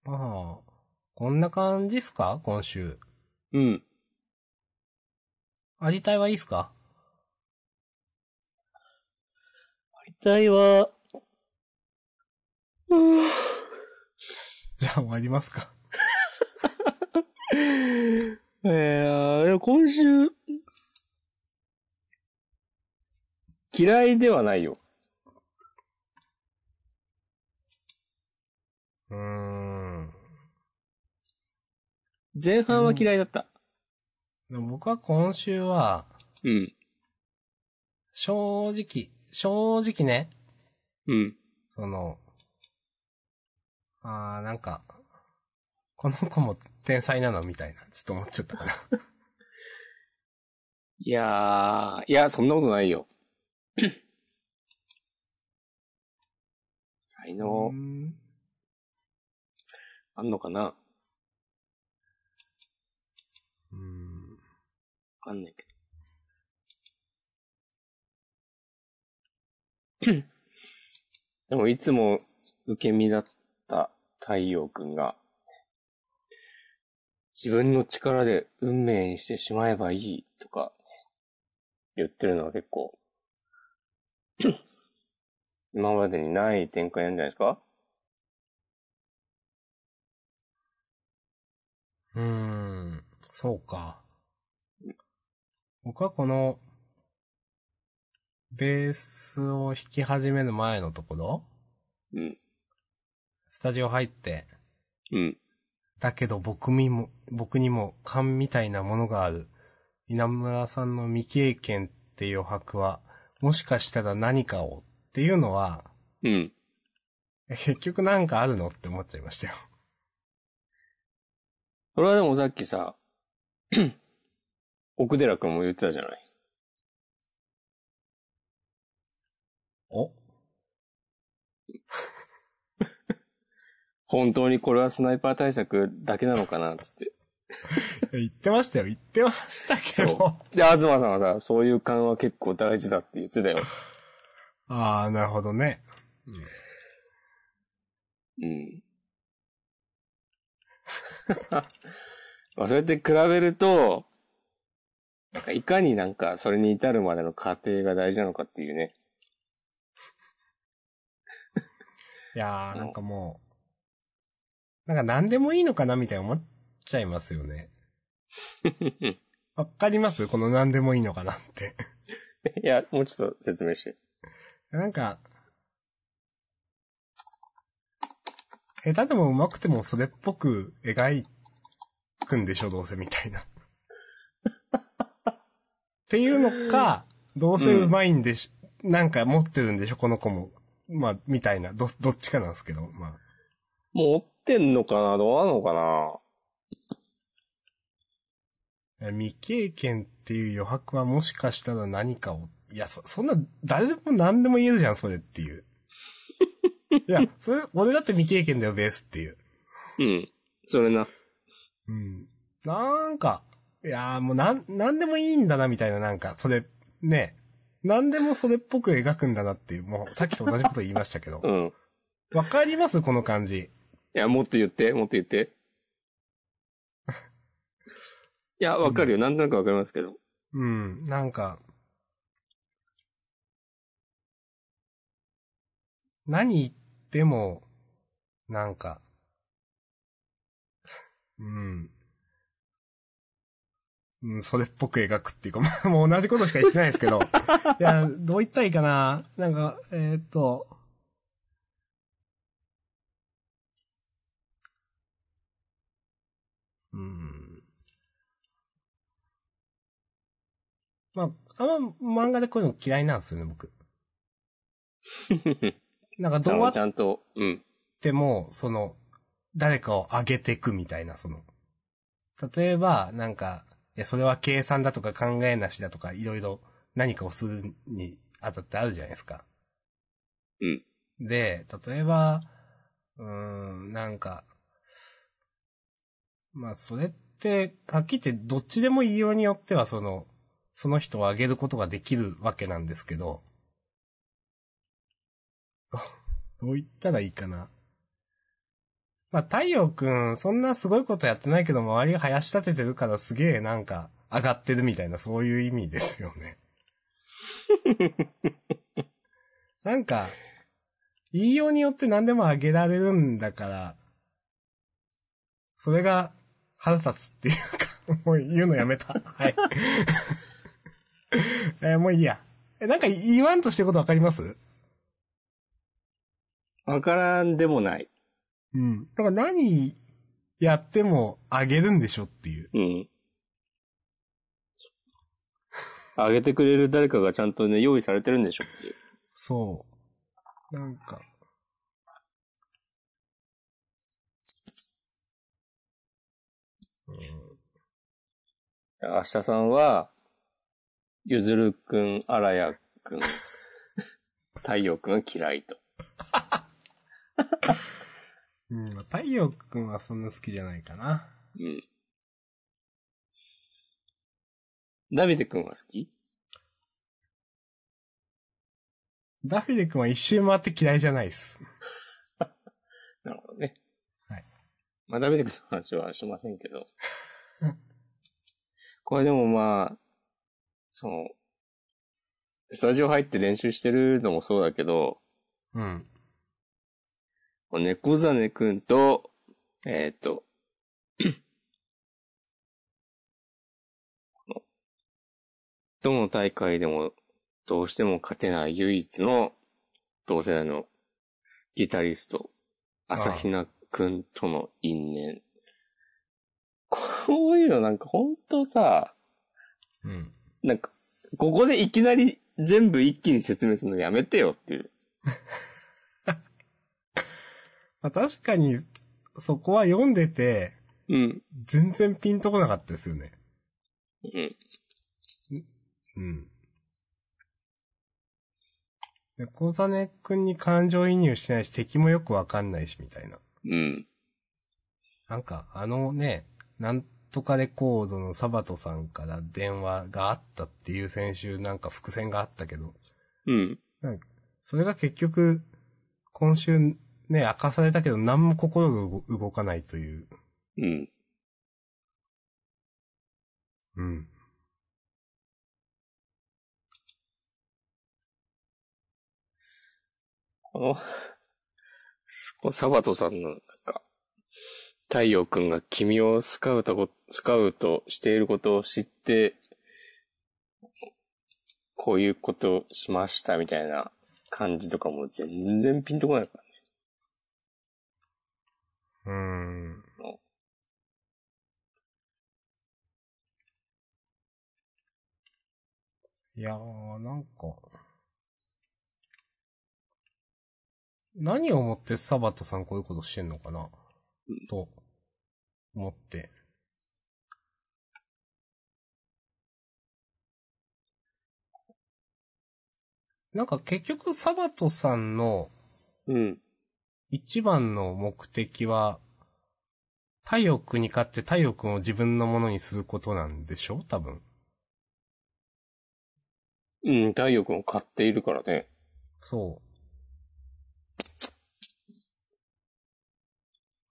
B: まあ、こんな感じっすか今週。
A: うん。
B: ありたいはいいっすか
A: 遺体は、
B: じゃあ終わりますか。
A: えー、でも今週、嫌いではないよ。
B: うーん。
A: 前半は嫌いだった。
B: でも僕は今週は、
A: うん。
B: 正直、正直ね、
A: うん。
B: その、あーなんか、この子も天才なのみたいな、ちょっと思っちゃったかな。
A: いやー、いや、そんなことないよ。才能
B: うー、ん
A: あんのかなわ
B: うーん
A: かんないけど。でも、いつも受け身だった太陽くんが、自分の力で運命にしてしまえばいいとか、言ってるのは結構、 今までにない展開なんじゃないですか
B: うーん。そうか。僕はこの、ベースを弾き始める前のところ
A: うん。
B: スタジオ入って、
A: うん。
B: だけど僕にも、僕にも勘みたいなものがある。稲村さんの未経験っていう余白は、もしかしたら何かをっていうのは、
A: うん。
B: 結局なんかあるのって思っちゃいましたよ。
A: それはでもさっきさ、 奥寺くんも言ってたじゃない
B: お
A: 本当にこれはスナイパー対策だけなのかなっつって。
B: 言ってましたよ。言ってましたけど
A: そ。う。で、東さんはさ、そういう感は結構大事だって言ってたよ。
B: ああ、なるほどね。
A: うん。まあ、そうやって比べると、なんかいかになんかそれに至るまでの過程が大事なのかっていうね。
B: いやー、なんかもう、なんか何でもいいのかなみたいに思っちゃいますよ ね。わかりますこの何でもいいのかなって。
A: いや、もうちょっと説明して。
B: なんか、下手でも上手くてもそれっぽく描くんでしょ、どうせみたいな。っていうのか、どうせ上手いんでし、なんか持ってるんでしょ、この子も。まあ、みたいな。ど、どっちかなんですけど、まあ。
A: もう追ってんのかなどうなのかな
B: 未経験っていう余白はもしかしたら何かをっいや、そ、そんな、誰でも何でも言えるじゃん、それっていう。いや、それ、俺だって未経験だよ、ベースっていう。
A: うん。それな。
B: うん。なんか、いやーもうなん、なんでもいいんだな、みたいな、なんか、それ、ね。なんでもそれっぽく描くんだなっていう、もう、さっきと同じこと言いましたけど。
A: うん。い
B: わかりますこの感じ。
A: や、もっと言って、もっと言 って。いや、わかるよ。なんとなくわかりますけど。
B: うん、なんか、何言っても、なんか、うん。うん、それっぽく描くっていうか、ま あ、もう同じことしか言ってないですけど。いや、どう言ったらいいかな。なんか、えーっと、うん。まあ、あんま漫画でこういうの嫌いなんですよね、僕。なんか
A: ちゃ
B: どうんあっ
A: ちゃんと、うん。
B: ても、その、誰かを上げていくみたいな、その。例えば、なんか、いや、それは計算だとか考えなしだとか、いろいろ何かをするにあたってあるじゃないですか。
A: うん。
B: で、例えば、うーん、なんか、まあ、それって、はっきり言って、どっちでも言いようによっては、その、その人を上げることができるわけなんですけど、 どう言ったらいいかな。まあ、太陽くん、そんなすごいことやってないけど、周りが林立ててるからすげえなんか、上がってるみたいな、そういう意味ですよ ね。なんか、言いようによって何でもあげられるんだから、それが腹立つっていうか、もう言うのやめた。はい。 えーもういいや。え、なんか言わんとしてることわかります
A: わからんでもない。
B: うん。だから何やってもあげるんでしょっていう。
A: うん。あげてくれる誰かがちゃんとね、用意されてるんでしょっていう。
B: そう。なんか。
A: 明日さんは、ゆずるくん、あらや くん、太陽くんが嫌いと。
B: うん、まあ太陽くんはそんな好きじゃないかな。
A: うん。ダビデくんは好き
B: ダフィデくんは一周回って嫌いじゃないです。
A: なるほどね。
B: はい。
A: まあ、ダビデ君の話はしませんけど。 これでもまあ、その、スタジオ入って練習してるのもそうだけど、
B: うん。
A: 猫ザネくんと、えーっ、と、このどの大会でもどうしても勝てない唯一の同世代のギタリスト、
B: ああ
A: 朝比奈くんとの因縁。こういうのなんかほんとさ、
B: うん。
A: なんか、ここでいきなり全部一気に説明するのやめてよっていう。
B: まあ、確かに、そこは読んでて、
A: うん。
B: 全然ピンとこなかったですよね。
A: うん。
B: うん。で、小ザネくんに感情移入してないし、敵もよくわかんないし、みたいな。
A: うん。
B: なんか、あのね、なんとかレコードのサバトさんから電話があったっていう先週なんか伏線があったけど、
A: うん。
B: なんかそれが結局、今週ね、明かされたけど何も心が動動かないという。
A: うん。
B: うん。
A: この、このサバトさんの、なんか、太陽くんが君をスカウトこ、スカウトしていることを知って、こういうことをしましたみたいな感じとかも全然ピンとこないから。
B: うーん。いやー、なんか、何をもってサバトさんこういうことしてんのかなと、思って。なんか結局、サバトさんの
A: うん。
B: 一番の目的は、太陽君に勝って太陽君を自分のものにすることなんでしょ多分。
A: うん、太陽君を買っているからね。
B: そ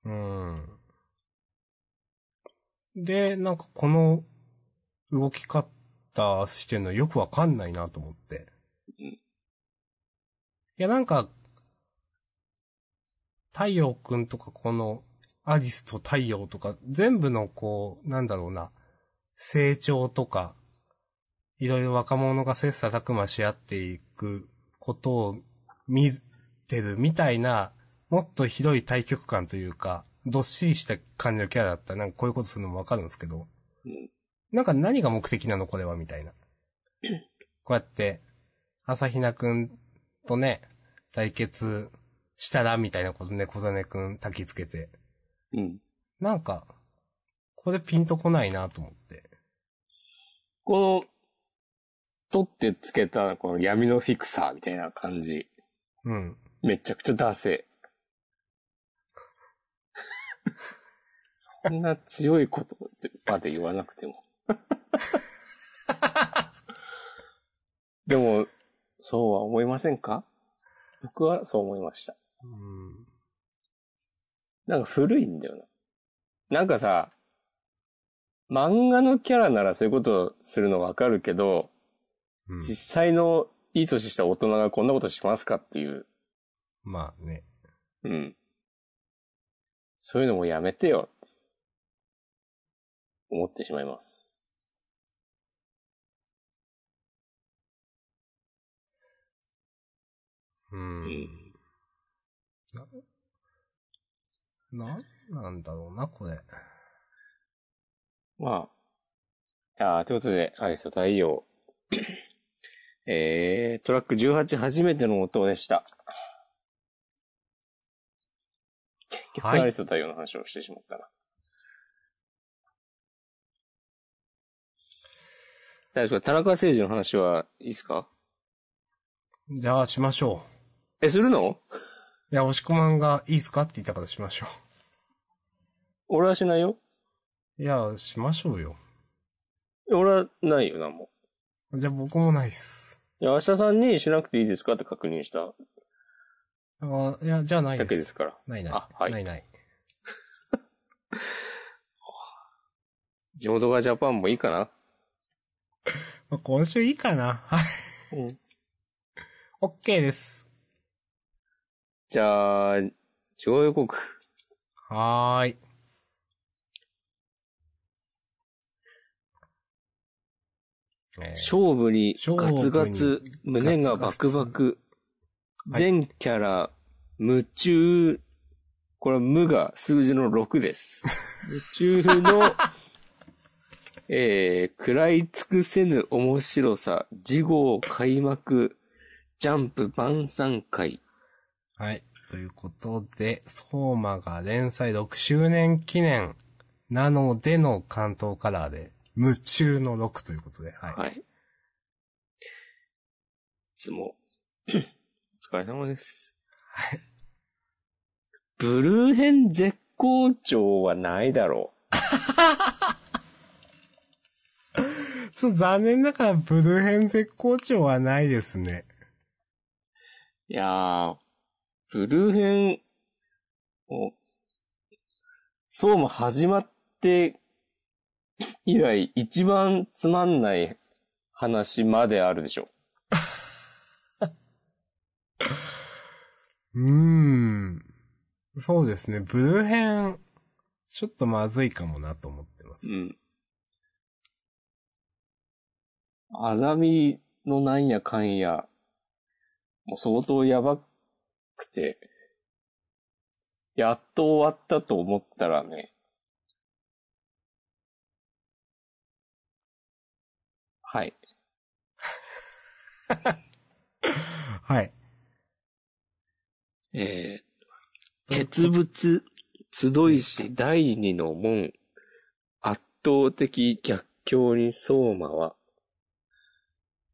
B: う。うん。で、なんかこの動き方してんのよくわかんないなと思って。
A: うん
B: いや、なんか、太陽くんとかこのアリスと太陽とか全部のこう、なんだろうな、成長とか、いろいろ若者が切磋琢磨し合っていくことを見てるみたいな、もっと広い対局感というか、どっしりした感じのキャラだったら、なんかこういうことするのもわかるんですけど、
A: うん
B: なんか何が目的なのこれはみたいな。こうやって、朝比奈くんとね、対決したらみたいなことね、小金くん焚きつけて、
A: うん。
B: なんか、これピンとこないなと思って。
A: この、取ってつけた、この闇のフィクサーみたいな感じ。
B: うん。
A: めちゃくちゃダセえ。そんな強いことまで言わなくても。でも、そうは思いませんか僕はそう思いました。
B: うん。
A: なんか古いんだよな。なんかさ、漫画のキャラならそういうことするのわかるけど、
B: うん、
A: 実際のいい年した大人がこんなことしますかっていう。
B: まあね。
A: うん。そういうのもやめてよ。思ってしまいます。
B: うん。なんなんだろうな、これ。
A: まあ。いやーということで、アリスと太 陽。えー、トラック18初めての音でした。結局、
B: はい
A: アリスと太陽の話をしてしまったな。大丈夫ですか田中誠二の話はいいですか
B: じゃあ、しましょ
A: え、するの
B: う。いや、押し込まんがいいっすかって言ったからしましょ
A: 俺はしないよ。
B: う。いや、しましょうよ。
A: 俺はないよ、なんも。
B: じゃあ、僕もないっす。
A: いや、明日さんにしなくていいですかって確認した
B: あいや、じゃあないで
A: だ
B: す。
A: けですから。
B: ないない。
A: あはい
B: ないない。
A: 地元がジャパンもいいかな
B: まあ、今週いいかな。 はい。
A: うん。
B: オッケーです。
A: じゃあ、地方予告。
B: はーい。えー
A: 勝負に
B: 勝負
A: ガ
B: に
A: ツガツ、胸がバクバク。
B: ガツ
A: 全キャラ、夢中。これは無が数字の6です。 夢中の、えー、食らい尽くせぬ面白さ、事後開幕、ジャンプ晩餐会。
B: はい。ということで、相馬が連載6周年記念なのでの関東カラーで、夢中の6ということで、はい。
A: はい。いつも、 お疲れ様です。 ブルー編絶好調はないだろ
B: ちょっと残念ながら、ブルー編絶好調はないですね。
A: う。いやー、ブルー編、もう、そうも始まって以来一番つまんない話まであるでしょ。
B: うーん。そうですね、ブルー編、ちょっとまずいかもなと思ってます。
A: うん。あざみのなんやかんや、もう相当やばくて、やっと終わったと思ったらね、はい。
B: はい。
A: えー、鉄物、集いし第二の門、圧倒的逆境に相馬は、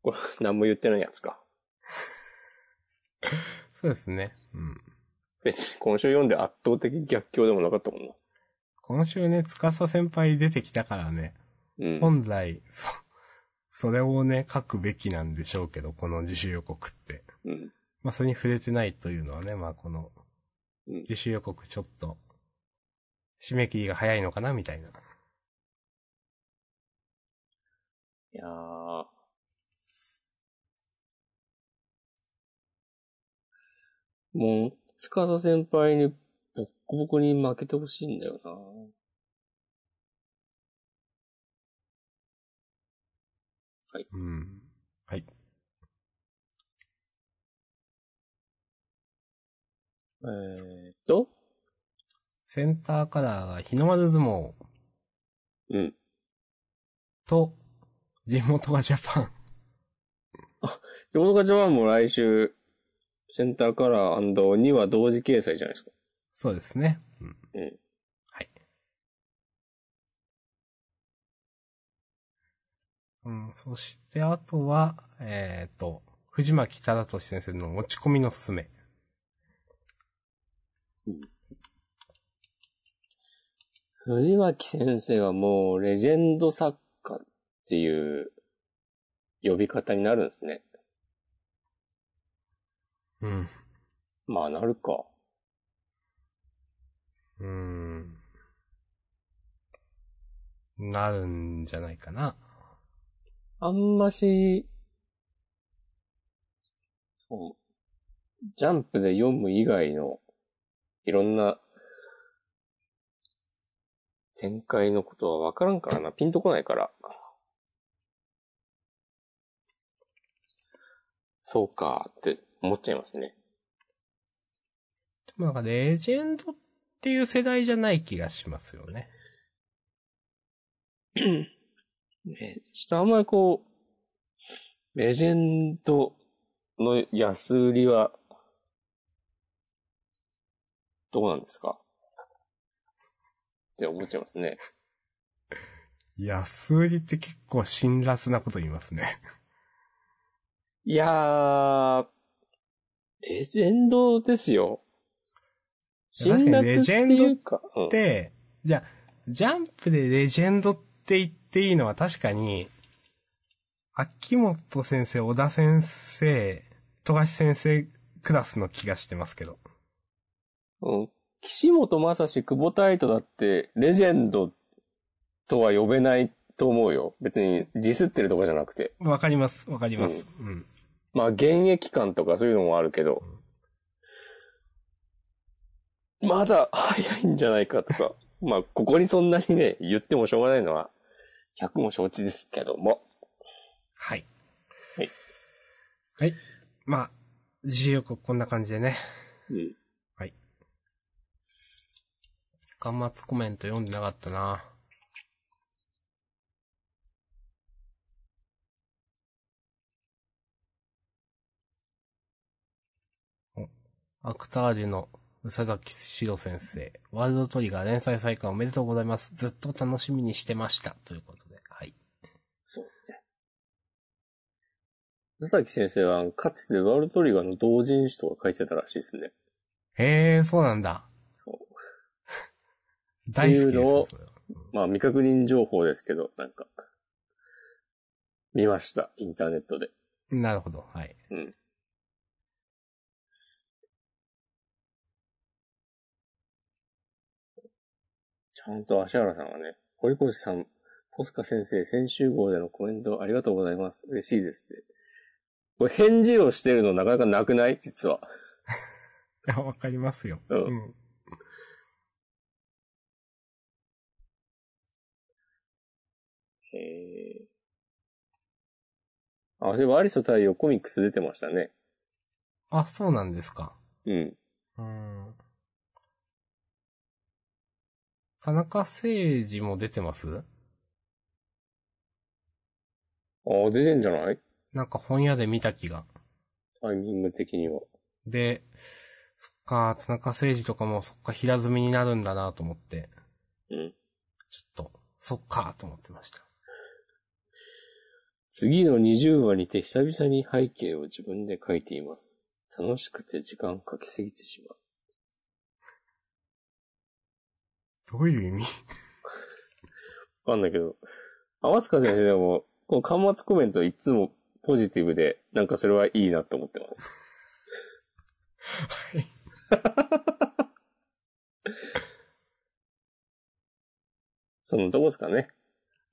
A: これ、何も言ってないやつか。
B: そうですね。うん。
A: 別に今週読んで圧倒的逆境でもなかったもんな。
B: 今週ね、司先輩出てきたからね、
A: うん。
B: 本来、そ、それをね、書くべきなんでしょうけど、この自主予告って。
A: うん。
B: まあ、それに触れてないというのはね、まあ、この、
A: うん
B: 自主予告ちょっと、締め切りが早いのかな、みたいな。
A: いやー。もう、司先輩にボッコボコに負けてほしいんだよな。
B: うん。はい。
A: えーっと、
B: センターカラーが日の丸相撲
A: うん。
B: と、地元がジャパン。
A: ヨモノカジャパンも来週、センターカラー &2 は同時掲載じゃないですか。
B: そうですね。うん。
A: うん
B: はい。うん、そして、あとは、えっ、と、藤巻忠俊先生の持ち込みのすすめ。
A: 藤巻先生はもうレジェンド作家っていう呼び方になるんですね。
B: うん。
A: まあなるか。
B: うーん。なるんじゃないかな。
A: あんまし、こうジャンプで読む以外のいろんな展開のことはわからんからな。ピンとこないから。そうかって思っちゃいますね。
B: でもなんか、レジェンドっていう世代じゃない気がしますよね。
A: ね、ちょっとあんまりこう、レジェンドの安売りは、どうなんですかって思っちゃいますね。
B: いや、数字って結構辛辣なこと言いますね。
A: いやー、レジェンドですよ。
B: いや確かにレジェンド
A: 辛辣っていうか、
B: で、じゃあ、ジャンプでレジェンドって言っていいのは確かに、秋元先生、小田先生、富樫先生クラスの気がしてますけど。
A: うん。うん。岸本正史、久保太斗だって、レジェンドとは呼べないと思うよ。別にディスってるとかじゃなくて。
B: わかります、わかります。うん。
A: まあ、現役感とかそういうのもあるけど、まだ早いんじゃないかとか、まあ、ここにそんなにね、言ってもしょうがないのは、100も承知ですけども。
B: はい。
A: はい。
B: はい。まあ、自由国こんな感じでね。
A: うん。
B: 巻末コメント読んでなかったな。おアクタージュの宇佐崎史郎先生、ワールドトリガー連載再開おめでとうございます。ずっと楽しみにしてました。ということで、はい。
A: そうね。野崎先生は、かつてワールドトリガーの同人誌とか書いてたらしいですね。
B: へえ、そうなんだ。
A: そ
B: 大好き
A: っていう
B: です
A: の
B: よ
A: を、
B: それは。
A: まあ、未確認情報ですけど、なんか、見ました、インターネットで。
B: なるほど、はい。
A: うん。ちゃんと芦原さんはね、堀越さん、ポスカ先生、先週号でのコメントありがとうございます。嬉しいですって。これ返事をしてるのなかなかなくない実は。
B: いやわかりますよ。
A: うん
B: ん。
A: へえ。あ、そういえばアリスと太陽コミックス出てましたね。
B: あ、そうなんですか。
A: うん。
B: うん田中誠二も出てます
A: ああ、出てんじゃない
B: なんか本屋で見た気が。
A: タイミング的には。
B: で、そっか、田中誠二とかもそっか平積みになるんだなと思って、
A: うん。
B: ちょっと、そっかと思ってました。
A: 次の20話にて久々に背景を自分で書いています。楽しくて時間かけすぎてしまう。
B: どういう意味
A: わかんないけど、淡塚先生でも、この端末コメントいつもポジティブで、なんかそれはいいなと思って ます。
B: はい。
A: そのとこですかね。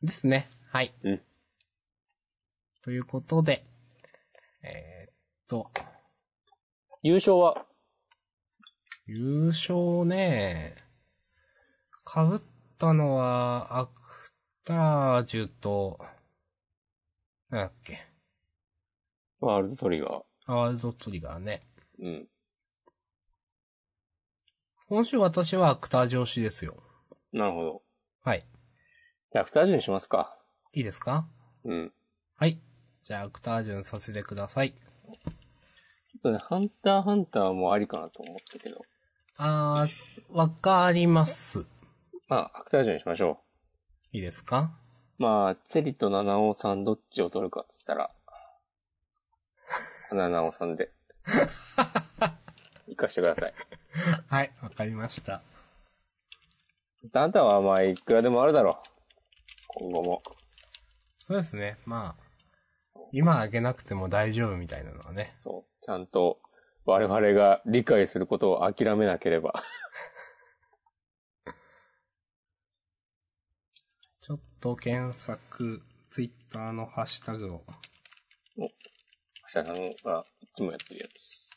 B: ですね。はい。
A: うん
B: ということで、えーっと、
A: 優勝は、
B: 優勝ね、被ったのは、アクタージュと、なんだっけ、
A: ワールドトリガー。
B: アワールドトリガーね。
A: うん。
B: 今週私はアクタージュ推しですよ。
A: なるほど。
B: はい。
A: じゃあ、二人にしますか。
B: いいですか
A: うん。
B: はい。じゃあ、アクタージュにさせてください。
A: ちょっとね、ハンターハンターもありかなと思ったけど。
B: あー、わかります。
A: まあ、アクタージュにしましょ
B: いいですか
A: う。まあ、チェリと七尾さんどっちを取るかっつったら、七尾さ んで。行かしてください。
B: はい、わかりました。
A: あんたはまあ、いくらでもあるだろう。今後も。
B: そうですね、まあ、今あげなくても大丈夫みたいなのはね。
A: そう。ちゃんと、我々が理解することを諦めなければ。
B: ちょっと検索、ツイッターのハッシュタグを。
A: 明日さんがいつもやってるやつ。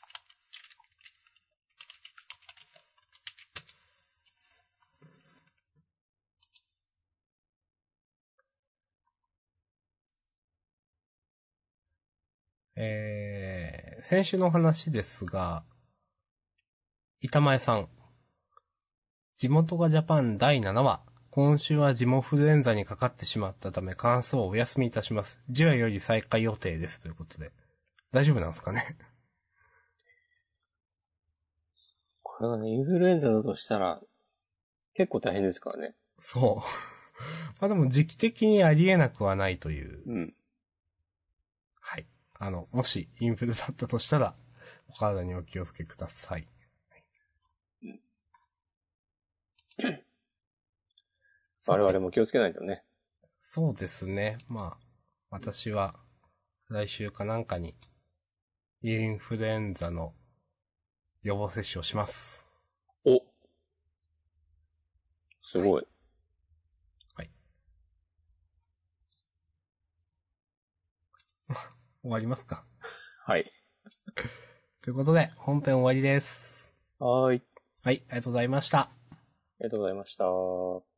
B: えー、先週の話ですが、板前さん。地元がジャパン第7話。今週はジモフルエンザにかかってしまったため、感想をお休みいたします。10話より再開予定です。ということで。大丈夫なんですかね
A: これがね、インフルエンザだとしたら、結構大変ですからね。
B: そう。 まあでも時期的にありえなくはないという。
A: うん。
B: はい。あの、もしインフルだったとしたら、お体にお気をつけください。
A: 我々も気をつけないとね。
B: そうですね。まあ、私は、来週かなんかに、インフルエンザの予防接種をします。
A: おすごい。
B: 終わりますか
A: はい。
B: ということで、本編終わりです。
A: はーい。
B: はい、ありがとうございました。
A: ありがとうございました。